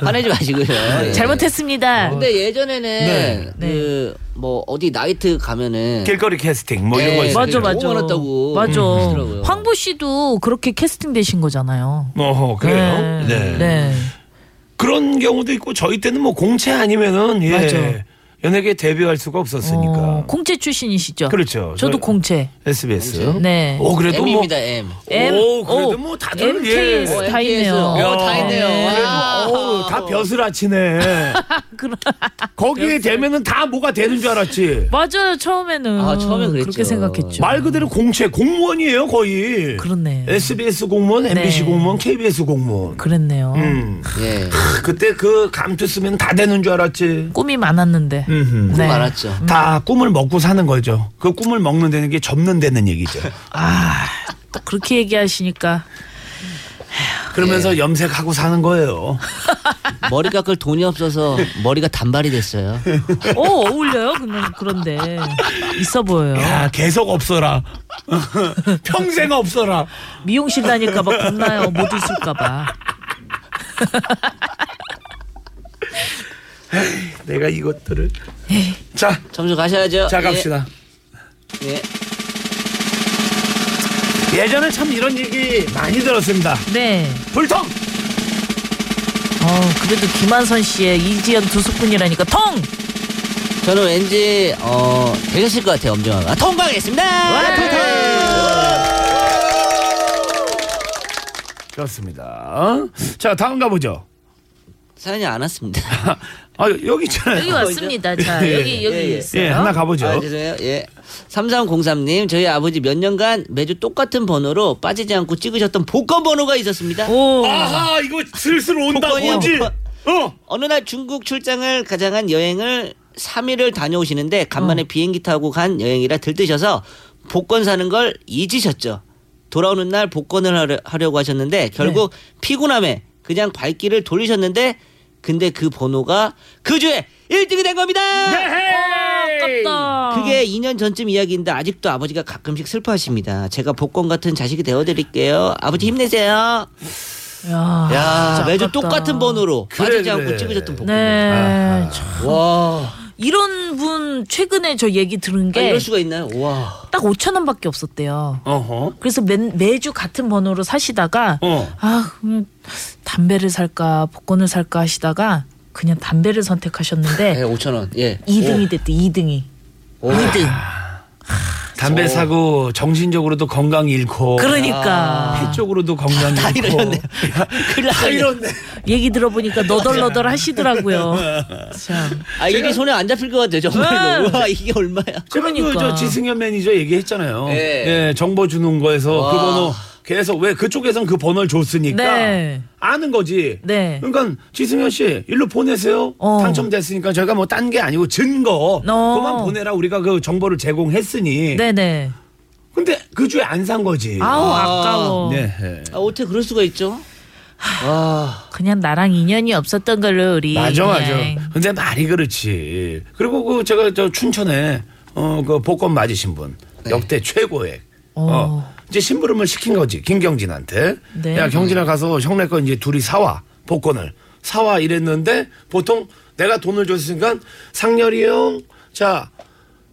[SPEAKER 12] 화내지 마시고요. 예.
[SPEAKER 2] 잘못했습니다.
[SPEAKER 12] 근데 예전에는
[SPEAKER 1] 네.
[SPEAKER 12] 그 뭐 어디 나이트 가면은
[SPEAKER 2] 네.
[SPEAKER 1] 길거리 캐스팅 뭐
[SPEAKER 12] 예,
[SPEAKER 1] 이런 거
[SPEAKER 2] 맞아
[SPEAKER 1] 있어요.
[SPEAKER 2] 맞아.
[SPEAKER 12] 원했다고 음,
[SPEAKER 2] 맞아.
[SPEAKER 12] 하시더라고요.
[SPEAKER 2] 황보 씨도 그렇게 캐스팅 되신 거잖아요.
[SPEAKER 1] 어허, 그래요?
[SPEAKER 2] 네.
[SPEAKER 1] 네.
[SPEAKER 2] 네.
[SPEAKER 1] 그런 경우도 있고 저희 때는 뭐 공채 아니면은 예.
[SPEAKER 2] 맞아.
[SPEAKER 1] 연예계 데뷔할 수가 없었으니까.
[SPEAKER 2] 어, 공채 출신이시죠?
[SPEAKER 1] 그렇죠.
[SPEAKER 2] 저도
[SPEAKER 1] 저-
[SPEAKER 2] 공채.
[SPEAKER 1] SBS.
[SPEAKER 2] 네.
[SPEAKER 1] 오 그래도 뭐
[SPEAKER 12] M입니다 M.
[SPEAKER 2] M,
[SPEAKER 1] 오, 그래도
[SPEAKER 2] 오,
[SPEAKER 12] 아,
[SPEAKER 1] 뭐 다들
[SPEAKER 2] MKS
[SPEAKER 1] 예.
[SPEAKER 2] 다 있네요.
[SPEAKER 1] 야. 뭐,
[SPEAKER 12] 어, 다 했네요. 와.
[SPEAKER 1] 어우, 다 벼슬
[SPEAKER 2] (laughs)
[SPEAKER 1] 아치네. 거기에 되면은 다 뭐가 되는 줄 알았지.
[SPEAKER 2] 맞아요. 처음에는
[SPEAKER 12] 아, 처음엔 그랬죠.
[SPEAKER 2] 그렇게 생각했죠.
[SPEAKER 1] 말 그대로 공채 공무원이에요 거의.
[SPEAKER 2] 그렇네.
[SPEAKER 12] 예.
[SPEAKER 1] SBS 공무원, MBC 공무원, KBS 공무원.
[SPEAKER 2] 그랬네요.
[SPEAKER 1] 음.
[SPEAKER 12] 예.
[SPEAKER 1] 크, 그때 그 감투 쓰면 다 되는 줄 알았지.
[SPEAKER 2] 꿈이 많았는데.
[SPEAKER 1] 음흠. 음.
[SPEAKER 2] 네.
[SPEAKER 12] 많았죠.
[SPEAKER 1] 다 꿈을 먹고 사는 거죠. 그 꿈을 먹는 다는 게 접는 다는 (laughs) 얘기죠.
[SPEAKER 2] 또 그렇게 얘기하시니까
[SPEAKER 1] 그러면서 염색하고 사는 거예요.
[SPEAKER 12] 머리 깎을 돈이 없어서 머리가 단발이 됐어요.
[SPEAKER 2] 어 어울려요. 그런 그런데 있어 보여요.
[SPEAKER 1] 야, 계속 없어라. (laughs) 평생 없어라.
[SPEAKER 2] 미용실 다닐까봐 겁나요. 못 웃을까봐.
[SPEAKER 1] 내가 이것들을. 예. 자,
[SPEAKER 12] 점수 가셔야죠.
[SPEAKER 1] 자 갑시다.
[SPEAKER 12] 예. 예.
[SPEAKER 1] 예전에 참 이런 얘기 많이 들었습니다.
[SPEAKER 2] 네.
[SPEAKER 1] 불통.
[SPEAKER 2] 어 그래도 김한선 씨의 이지연 두 스푼이라니까 통.
[SPEAKER 12] 저는 왠지 어 되셨을 것 같아요. 엄정화가 통과하겠습니다.
[SPEAKER 1] 그렇습니다. 어? 자, 다음 가보죠. (laughs)
[SPEAKER 12] 사연이 안 왔습니다.
[SPEAKER 1] 아, 여기 있잖아요.
[SPEAKER 2] 여기 왔습니다. 자
[SPEAKER 1] 예,
[SPEAKER 2] 여기 여기
[SPEAKER 12] 어, 예, 예.
[SPEAKER 2] 있어요.
[SPEAKER 1] 예, 하나 가보죠.
[SPEAKER 12] 아, 죄송해요. 예. 3303님, 저희 아버지 몇 년간 매주 똑같은 번호로 빠지지 않고 찍으셨던 복권 번호가 있었습니다.
[SPEAKER 2] 오.
[SPEAKER 1] 아하, 이거 슬슬 온다,
[SPEAKER 12] 복권이요.
[SPEAKER 1] 뭔지. 어!
[SPEAKER 12] 뭐, 어느 날 중국 출장을 가장한 여행을 3일을 다녀오시는데 간만에
[SPEAKER 2] 어.
[SPEAKER 12] 비행기 타고 간 여행이라 들뜨셔서 복권 사는 걸 잊으셨죠. 돌아오는 날 복권을 하려, 하려고 하셨는데 결국
[SPEAKER 2] 네.
[SPEAKER 12] 피곤함에 그냥 발길을 돌리셨는데 근데 그 번호가 그 주에 1등이 된 겁니다.
[SPEAKER 1] 네.
[SPEAKER 2] 아깝다.
[SPEAKER 12] 그게 2년 전쯤 이야기인데 아직도 아버지가 가끔씩 슬퍼하십니다. 제가 복권 같은 자식이 되어드릴게요. 아버지 힘내세요.
[SPEAKER 2] 야,
[SPEAKER 12] 야
[SPEAKER 2] 진짜
[SPEAKER 12] 매주
[SPEAKER 2] 아깝다.
[SPEAKER 12] 똑같은 번호로
[SPEAKER 1] 그래,
[SPEAKER 12] 빠지지
[SPEAKER 1] 그래.
[SPEAKER 12] 않고 찍으셨던 복권.
[SPEAKER 2] 네. 참,
[SPEAKER 12] 와.
[SPEAKER 2] 이런 분 최근에 저 얘기 들은
[SPEAKER 12] 아,
[SPEAKER 2] 게
[SPEAKER 12] 이럴
[SPEAKER 2] 딱
[SPEAKER 12] 수가 있나요? 와.
[SPEAKER 2] 5천 원밖에 없었대요.
[SPEAKER 1] 어허.
[SPEAKER 2] 그래서 매, 매주 같은 번호로 사시다가
[SPEAKER 1] 어.
[SPEAKER 2] 아 음, 담배를 살까 복권을 살까 하시다가 그냥 담배를
[SPEAKER 12] 예,
[SPEAKER 2] 선택하셨는데
[SPEAKER 12] 5천 원. 예.
[SPEAKER 2] 2등이 됐대 2등이 2등
[SPEAKER 1] 담배 사고 정신적으로도 건강 잃고
[SPEAKER 2] 그러니까
[SPEAKER 1] 폐 쪽으로도 건강 잃고
[SPEAKER 12] 이러셨네요. (laughs) 큰일
[SPEAKER 1] 다
[SPEAKER 12] 났네요.
[SPEAKER 1] 이렇네.
[SPEAKER 2] 얘기 들어보니까 너덜너덜 하시더라고요 참
[SPEAKER 12] 아, 이게 손에 안 잡힐 것 같아요. 정말로.
[SPEAKER 2] 네.
[SPEAKER 12] 와, 이게 얼마야?
[SPEAKER 1] 그러니까
[SPEAKER 2] 그러니까.
[SPEAKER 1] 저 지승현 매니저 얘기했잖아요.
[SPEAKER 12] 네.
[SPEAKER 1] 예, 정보 주는 거에서
[SPEAKER 12] 와.
[SPEAKER 1] 그 번호 계속 왜 그쪽에선 그 번호를 줬으니까
[SPEAKER 2] 네.
[SPEAKER 1] 아는 거지.
[SPEAKER 2] 네.
[SPEAKER 1] 그러니까 지승현 씨 일로 보내세요.
[SPEAKER 2] 어.
[SPEAKER 1] 당첨됐으니까 저희가 뭐 딴 게 아니고 증거 그만 보내라 우리가 그 정보를 제공했으니.
[SPEAKER 2] 네네
[SPEAKER 1] 근데 그 주에 안 산 거지.
[SPEAKER 2] 아우 아까워
[SPEAKER 1] 네. 예.
[SPEAKER 12] 아, 어떻게 그럴 수가 있죠? 와.
[SPEAKER 2] 그냥 나랑 인연이 없었던 걸로 우리 네.
[SPEAKER 1] 맞아 맞아.
[SPEAKER 2] 그냥.
[SPEAKER 1] 근데 말이 그렇지. 그리고 그 제가 저 춘천에 어 그 복권 맞으신 분 역대 최고액. 어. 이제 심부름을 시킨 거지 김경진한테.
[SPEAKER 2] 네.
[SPEAKER 1] 야 경진아 가서 형네 거 이제 둘이 사와 복권을 사와 이랬는데 보통 내가 돈을 줬으니까 상렬이 형 자.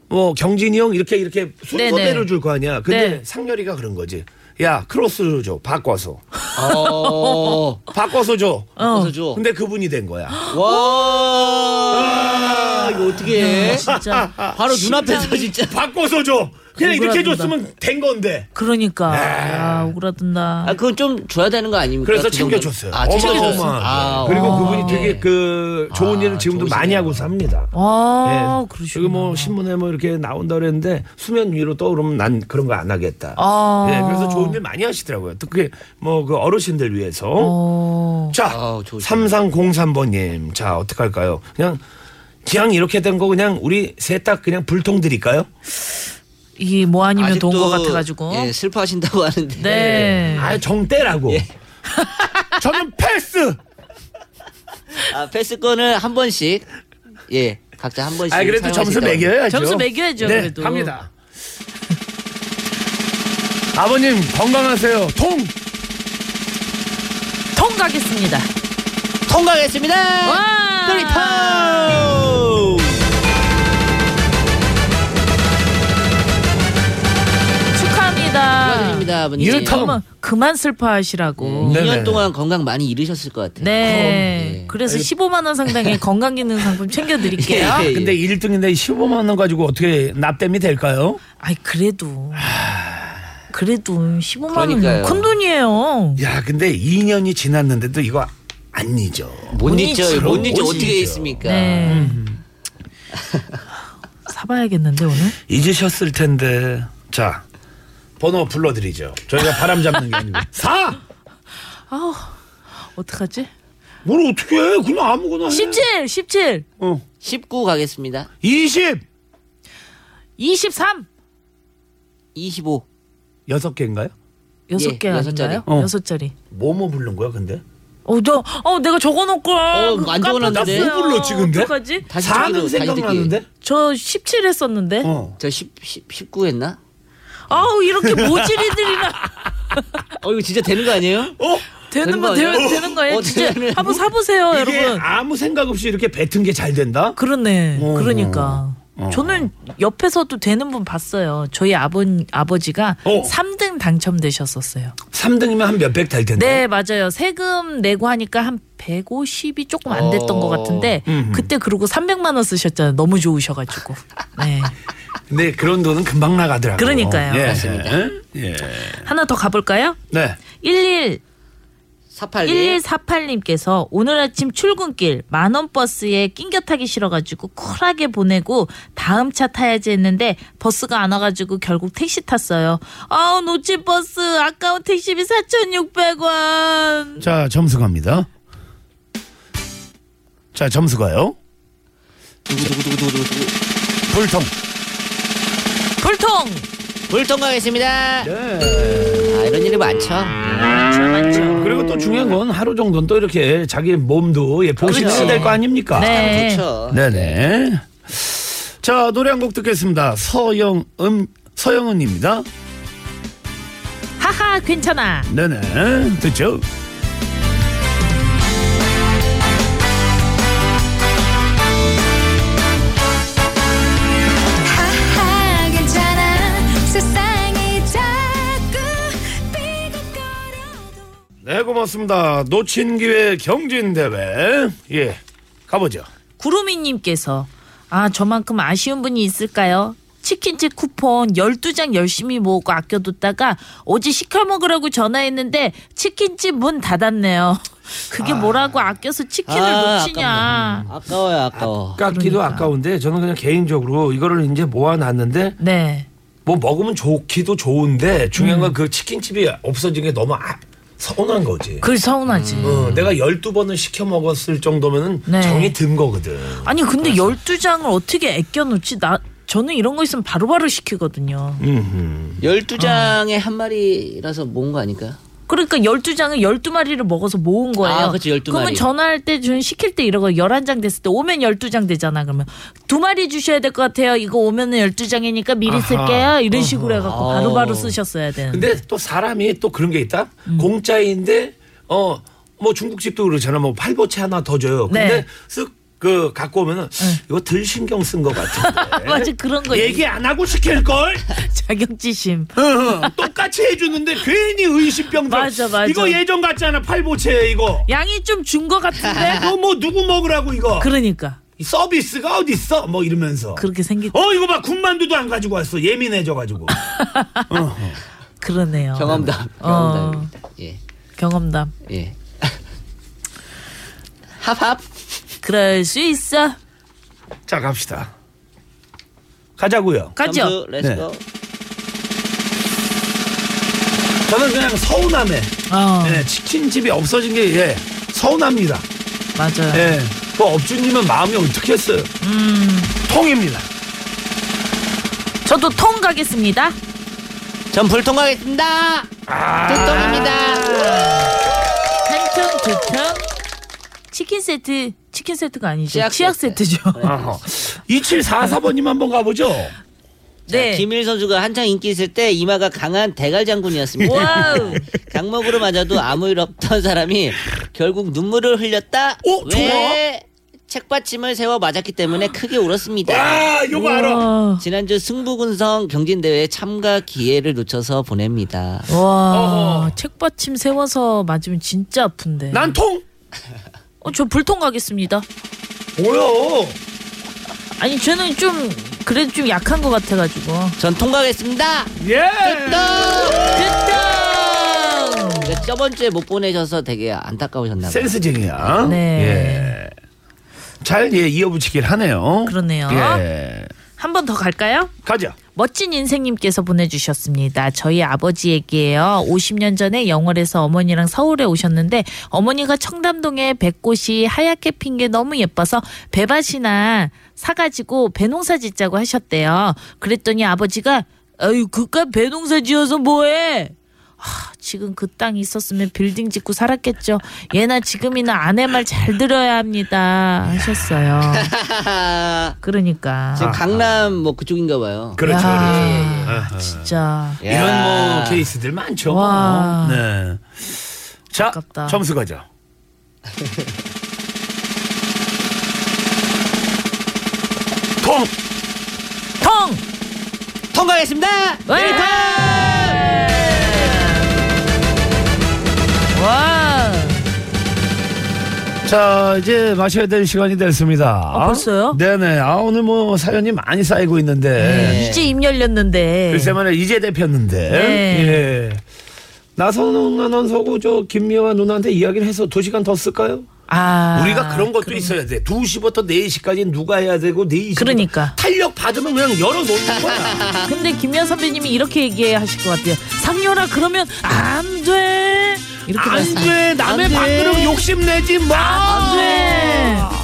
[SPEAKER 1] 뭐 경진이 형 이렇게 이렇게 순서대로
[SPEAKER 2] 네, 네네.
[SPEAKER 1] 줄 거 아니야. 근데
[SPEAKER 2] 네.
[SPEAKER 1] 상렬이가 그런 거지. 야 크로스로 줘 바꿔서.
[SPEAKER 12] 아.
[SPEAKER 1] 어, 바꿔서 줘. 바꿔서 줘. 근데 그분이 된 거야. 와.
[SPEAKER 12] 이거 어떻게 해?
[SPEAKER 1] 야,
[SPEAKER 12] 진짜. 바로 눈앞에서 진짜.
[SPEAKER 1] 바꿔서 줘. 그냥 이렇게
[SPEAKER 12] 억울하다.
[SPEAKER 1] 줬으면 된 건데.
[SPEAKER 2] 그러니까
[SPEAKER 1] 네.
[SPEAKER 2] 아, 억울하든다.
[SPEAKER 12] 아, 그건 좀 줘야 되는 거 아닙니까?
[SPEAKER 1] 그래서
[SPEAKER 12] 그 정도는?
[SPEAKER 1] 챙겨줬어요. 네.
[SPEAKER 12] 아, 챙겨줬어요.
[SPEAKER 1] 어마어마하게.
[SPEAKER 12] 아,
[SPEAKER 1] 그리고
[SPEAKER 12] 어.
[SPEAKER 1] 그분이 되게 그 좋은 일을 지금도 많이 하고 삽니다. 예.
[SPEAKER 2] 아, 그러시.
[SPEAKER 1] 그리고 뭐 신문에 뭐 이렇게 나온다 그랬는데 수면 위로 떠오르면 난 그런 거 안 하겠다.
[SPEAKER 2] 아.
[SPEAKER 1] 예, 그래서 좋은 일 많이 하시더라고요. 또 그게 뭐 그 어르신들 위해서. 자, 삼상공삼번님, 자 어떻게 할까요? 그냥 그냥 이렇게 된 거 그냥 우리 셋 딱 그냥 불통 드릴까요?
[SPEAKER 2] 이게 뭐 아니면 돈
[SPEAKER 1] 아직도,
[SPEAKER 2] 것 같아가지고.
[SPEAKER 1] 예,
[SPEAKER 12] 슬퍼하신다고 하는데.
[SPEAKER 2] 네.
[SPEAKER 1] 아 정대라고. 저는 패스.
[SPEAKER 12] 아, 패스권을 한 번씩. 예. 각자 한 번씩.
[SPEAKER 1] 아 그래도 점수
[SPEAKER 12] 사용하신다고.
[SPEAKER 1] 매겨야죠. 네, 갑니다. (laughs) 아버님 건강하세요. 통.
[SPEAKER 2] 통과하겠습니다.
[SPEAKER 12] 통과하겠습니다.
[SPEAKER 2] 와!
[SPEAKER 12] 드리터.
[SPEAKER 2] 축하합니다.
[SPEAKER 12] 축하드립니다, 아버님. 유통.
[SPEAKER 2] 그만, 그만 슬퍼하시라고.
[SPEAKER 12] 2년 동안 건강 많이 잃으셨을 것 같아요.
[SPEAKER 2] 네. 그래서 15만 원 상당의 건강기능 상품
[SPEAKER 12] 예,
[SPEAKER 2] 챙겨드릴게요. 아,
[SPEAKER 1] 근데 1등인데 15만 원 가지고 어떻게 납땜이 될까요?
[SPEAKER 2] 아이 그래도 그래도 15만
[SPEAKER 1] 그러니까요.
[SPEAKER 2] 원은 큰 돈이에요.
[SPEAKER 1] 야, 근데 2년이 지났는데도 이거 안 잊어.
[SPEAKER 12] 못
[SPEAKER 2] 못 잊죠. 잊지. 못 잊죠.
[SPEAKER 12] 어떻게 있습니까?
[SPEAKER 2] 네. 사봐야겠는데 오늘.
[SPEAKER 1] 잊으셨을 텐데. 자, 번호 불러드리죠. 저희가 바람 잡는 게 (laughs) 아니고. 4!
[SPEAKER 2] 아우 어떡하지?
[SPEAKER 1] 뭘 어떻게 해? 그냥 아무거나 해.
[SPEAKER 2] 17, 17,
[SPEAKER 1] 어.
[SPEAKER 12] 19 가겠습니다.
[SPEAKER 1] 20!
[SPEAKER 2] 23,
[SPEAKER 12] 25.
[SPEAKER 1] 여섯 개인가요?
[SPEAKER 2] 여섯
[SPEAKER 12] 예,
[SPEAKER 2] 개
[SPEAKER 12] 여섯
[SPEAKER 1] 자리.
[SPEAKER 2] 아닌가요?
[SPEAKER 1] 어.
[SPEAKER 2] 여섯 자리.
[SPEAKER 1] 뭐뭐 부른 거야, 근데?
[SPEAKER 2] 어, 저, 어, 내가 적어놓고. 어,
[SPEAKER 12] 안 적어놨는데.
[SPEAKER 1] 나뭐 불러, 지금 근데?
[SPEAKER 2] 어떡하지?
[SPEAKER 12] 다시
[SPEAKER 1] 사는
[SPEAKER 12] 듣기로, 다시 듣기.
[SPEAKER 1] 생각나는데?
[SPEAKER 2] 저 17 했었는데.
[SPEAKER 1] 어.
[SPEAKER 12] 저 10, 10, 19 했나?
[SPEAKER 2] 아우, 이렇게 모질이들이나.
[SPEAKER 12] (laughs) 어, 이거 진짜 되는 거 아니에요?
[SPEAKER 1] 어?
[SPEAKER 2] 되는
[SPEAKER 12] 되는
[SPEAKER 2] 거,
[SPEAKER 12] 거
[SPEAKER 2] 되,
[SPEAKER 12] 아니야?
[SPEAKER 2] 되는 거예요?
[SPEAKER 12] 어,
[SPEAKER 2] 진짜
[SPEAKER 12] 되네.
[SPEAKER 2] 한번 사보세요,
[SPEAKER 1] 이게
[SPEAKER 2] 어, 여러분.
[SPEAKER 1] 아무 생각 없이 이렇게 뱉은 게 잘 된다?
[SPEAKER 2] 그렇네. 그러니까. 저는 옆에서도 되는 분 봤어요. 저희 아버, 아버지가
[SPEAKER 1] 어.
[SPEAKER 2] 삼 3등 당첨되셨었어요.
[SPEAKER 1] 3등이면 한 몇백 될 텐데.
[SPEAKER 2] 네, 맞아요. 세금 내고 하니까 한 150이 조금 안 됐던
[SPEAKER 1] 어.
[SPEAKER 2] 것 같은데 그때 그러고 300만 원 쓰셨잖아요. 너무 좋으셔가지고. 네.
[SPEAKER 1] 근데 그런 돈은 금방 나가더라고요.
[SPEAKER 2] 그러니까요.
[SPEAKER 1] 예.
[SPEAKER 2] 맞습니다.
[SPEAKER 1] 예.
[SPEAKER 2] 하나 더 가볼까요?
[SPEAKER 1] 네.
[SPEAKER 2] 11
[SPEAKER 12] 48.
[SPEAKER 2] 1148님께서 오늘 아침 출근길 만원 버스에 낑겨 타기 싫어가지고 쿨하게 보내고 다음 차 타야지 했는데 버스가 안 와가지고 결국 택시 탔어요. 아우 놓친 버스 아까운 택시비 4,600원.
[SPEAKER 1] 자, 점수 갑니다. 자, 점수 가요.
[SPEAKER 12] 두구두구두구두구.
[SPEAKER 1] 불통.
[SPEAKER 2] 불통.
[SPEAKER 12] 불통 가겠습니다. 아, 이런 일이 많죠.
[SPEAKER 1] 그리고 또 중요한 건 하루 정도는 또 이렇게 자기 몸도 예, 보시해야
[SPEAKER 12] 그렇죠.
[SPEAKER 1] 될 거 아닙니까?
[SPEAKER 2] 네.
[SPEAKER 12] 좋죠.
[SPEAKER 1] 네네. 자, 노래 한 곡 듣겠습니다. 서영음, 서영은입니다.
[SPEAKER 2] 하하 괜찮아.
[SPEAKER 1] 네네. 듣죠?
[SPEAKER 4] 하하 괜찮아 세상이 자꾸 비겁거려
[SPEAKER 1] 네, 고맙습니다. 놓친 기회 경진대회. 예. 가보죠.
[SPEAKER 2] 구루미님께서 아 저만큼 아쉬운 분이 있을까요? 치킨집 쿠폰 12장 열심히 모으고 아껴뒀다가 어제 시켜 먹으라고 전화했는데 치킨집 문 닫았네요. (laughs) 그게 뭐라고 아껴서 치킨을
[SPEAKER 12] 아,
[SPEAKER 2] 놓치냐.
[SPEAKER 12] 아까워요, 아까워.
[SPEAKER 1] 깎기도
[SPEAKER 2] 그러니까.
[SPEAKER 1] 아까운데 저는 그냥 개인적으로 이거를 이제 모아놨는데
[SPEAKER 2] 네.
[SPEAKER 1] 뭐 먹으면 좋기도 좋은데 중요한
[SPEAKER 2] 음.
[SPEAKER 1] 건 그 치킨집이 없어진 게 너무 아, 서운한 거지.
[SPEAKER 2] 그게 서운하지.
[SPEAKER 12] 음.
[SPEAKER 1] 어, 내가 12번을 시켜 먹었을 정도면
[SPEAKER 2] 음. 네.
[SPEAKER 1] 은 정이 든 거거든.
[SPEAKER 2] 아니 근데 12장을 어떻게 아껴 놓지? 나 저는 이런 거 있으면 바로바로 시키거든요.
[SPEAKER 1] 음.
[SPEAKER 12] 12장에 한 마리라서 모은 거 아닐까요?
[SPEAKER 2] 그러니까 12장을 12마리를 먹어서 모은 거예요.
[SPEAKER 12] 아, 그치, 12
[SPEAKER 2] 그러면
[SPEAKER 12] 마리.
[SPEAKER 2] 전화할 때 준 시킬 때 이러고 11장 됐을 때 오면 12장 되잖아. 그러면 두 마리 주셔야 될 것 같아요. 이거 오면은 12장이니까 미리
[SPEAKER 1] 아하.
[SPEAKER 2] 쓸게요. 이런 식으로 해 갖고
[SPEAKER 1] 아하.
[SPEAKER 2] 바로바로 쓰셨어야 되는데.
[SPEAKER 1] 근데 또 사람이 또 그런 게 있다.
[SPEAKER 2] 음.
[SPEAKER 1] 공짜인데 어 뭐 중국집도 그러잖아. 뭐 팔보채 하나 더 줘요. 근데
[SPEAKER 2] 네.
[SPEAKER 1] 쓱 그 갖고 오면은 이거 덜 신경 쓴 것
[SPEAKER 2] (laughs)
[SPEAKER 1] 같은데.
[SPEAKER 2] 맞아 그런 거 (laughs)
[SPEAKER 1] 얘기 안 하고 시킬 걸.
[SPEAKER 2] 자격지심.
[SPEAKER 1] 똑같이 해주는데 괜히 의심병들.
[SPEAKER 2] 어. 맞아, 맞아.
[SPEAKER 1] 이거 예전 같잖아 팔보채 이거.
[SPEAKER 2] 양이 좀 준 것 같은데.
[SPEAKER 1] (laughs) 이거 뭐 누구 먹으라고 이거.
[SPEAKER 2] 네? 그러니까.
[SPEAKER 1] 이 서비스가 어디 있어? 뭐 이러면서.
[SPEAKER 2] 그렇게 생기.
[SPEAKER 1] 어 이거 봐 군만두도 안 가지고 왔어 예민해져
[SPEAKER 2] (laughs)
[SPEAKER 1] 가지고.
[SPEAKER 2] 그러네요.
[SPEAKER 12] 경험담.
[SPEAKER 2] 어,
[SPEAKER 12] 경험담입니다. 예.
[SPEAKER 2] 경험담.
[SPEAKER 12] 예. 합합.
[SPEAKER 2] 그럴 수 있어.
[SPEAKER 1] 자 갑시다. 가자고요.
[SPEAKER 2] 가죠.
[SPEAKER 1] 네. 저는 그냥 서운함에
[SPEAKER 2] 어.
[SPEAKER 1] 예, 치킨집이 없어진 게 예, 서운합니다.
[SPEAKER 2] 맞아요.
[SPEAKER 1] 예, 그 업주님은 마음이 어떻겠어요? 통입니다.
[SPEAKER 2] 저도 통 가겠습니다.
[SPEAKER 12] 전 불통 가겠습니다.
[SPEAKER 2] 아. 두통입니다. 한통 두통. 치킨 세트 치킨 세트가 아니죠. 치약, 세트죠. 아,
[SPEAKER 1] 2744번님 한번 가보죠.
[SPEAKER 12] 네. 김일 선수가 한창 인기 있을 때 이마가 강한 대갈 장군이었습니다. (laughs)
[SPEAKER 2] 와우.
[SPEAKER 12] 장목으로 맞아도 아무 일 없던 사람이 결국 눈물을 흘렸다.
[SPEAKER 1] 오,
[SPEAKER 12] 왜? 책받침을 세워 맞았기 때문에 크게 울었습니다.
[SPEAKER 1] 와, 요거 알아.
[SPEAKER 2] 네. 우와.
[SPEAKER 12] 지난주 승부군성 경진대회 참가 기회를 놓쳐서 보냅니다.
[SPEAKER 2] 와 책받침 세워서 맞으면 진짜 아픈데.
[SPEAKER 1] 난 통.
[SPEAKER 2] 어, 저 불통 가겠습니다.
[SPEAKER 1] 뭐야?
[SPEAKER 2] 아니 저는 좀 그래도 좀 약한 것 같아가지고.
[SPEAKER 12] 전 통과하겠습니다.
[SPEAKER 1] 예.
[SPEAKER 12] 됐다. 됐다. 저번 주에 못 보내셔서 되게 안타까우셨나 봐요.
[SPEAKER 1] 센스쟁이야.
[SPEAKER 2] 네.
[SPEAKER 1] 예. 잘 예, 이어붙이길 하네요.
[SPEAKER 2] 그러네요.
[SPEAKER 1] 예.
[SPEAKER 2] 한 번 더 갈까요?
[SPEAKER 1] 가자.
[SPEAKER 2] 멋진 인생님께서 보내주셨습니다. 저희 아버지 얘기예요. 50년 전에 영월에서 어머니랑 서울에 오셨는데 어머니가 청담동에 백꽃이 하얗게 핀 게 너무 예뻐서 배밭이나 사가지고 배농사 짓자고 하셨대요. 그랬더니 아버지가 아유 그깟 배농사 지어서 뭐해? 하, 지금 그 땅이 있었으면 빌딩 짓고 살았겠죠. 예나 지금이나 아내 말 잘 들어야 합니다. 하셨어요. 그러니까.
[SPEAKER 1] 아,
[SPEAKER 12] (laughs) 지금 강남 뭐 그쪽인가 봐요.
[SPEAKER 1] 그렇죠.
[SPEAKER 2] 야.
[SPEAKER 1] 그렇죠.
[SPEAKER 2] 진짜.
[SPEAKER 1] 예. 이런 뭐 케이스들 많죠.
[SPEAKER 2] 와.
[SPEAKER 1] 네. 자, 점수 가자. 통.
[SPEAKER 2] 통!
[SPEAKER 1] 네.
[SPEAKER 12] 통과하겠습니다.
[SPEAKER 2] 웨이터! 와.
[SPEAKER 1] 자, 이제 마셔야 될 시간이 됐습니다.
[SPEAKER 2] 아, 벌써요?
[SPEAKER 1] 네네. 아, 오늘 뭐 사연이 많이 쌓이고 있는데.
[SPEAKER 2] 이제 입 열렸는데.
[SPEAKER 1] 네. 글쎄만에 뭐, 이제 대표였는데.
[SPEAKER 2] 네.
[SPEAKER 1] 예. 나선홍 아나운서고 저 김미화 누나한테 이야기를 해서 두 시간 더 쓸까요?
[SPEAKER 2] 아.
[SPEAKER 1] 우리가 그런 것도 있어야 돼. 2시부터 4시까지 누가 해야 되고 4시.
[SPEAKER 2] 그러니까.
[SPEAKER 1] 탄력 받으면 그냥 열어놓는
[SPEAKER 2] (laughs)
[SPEAKER 1] 거야.
[SPEAKER 2] 근데 김연 선배님이 이렇게 얘기하실 것 같아요. 상렬아 그러면 안 돼. 이렇게
[SPEAKER 1] 안
[SPEAKER 2] 말씀-
[SPEAKER 1] 돼. 남의
[SPEAKER 2] 안 돼.
[SPEAKER 1] 밥그릇 욕심내지 마.
[SPEAKER 2] 안 돼.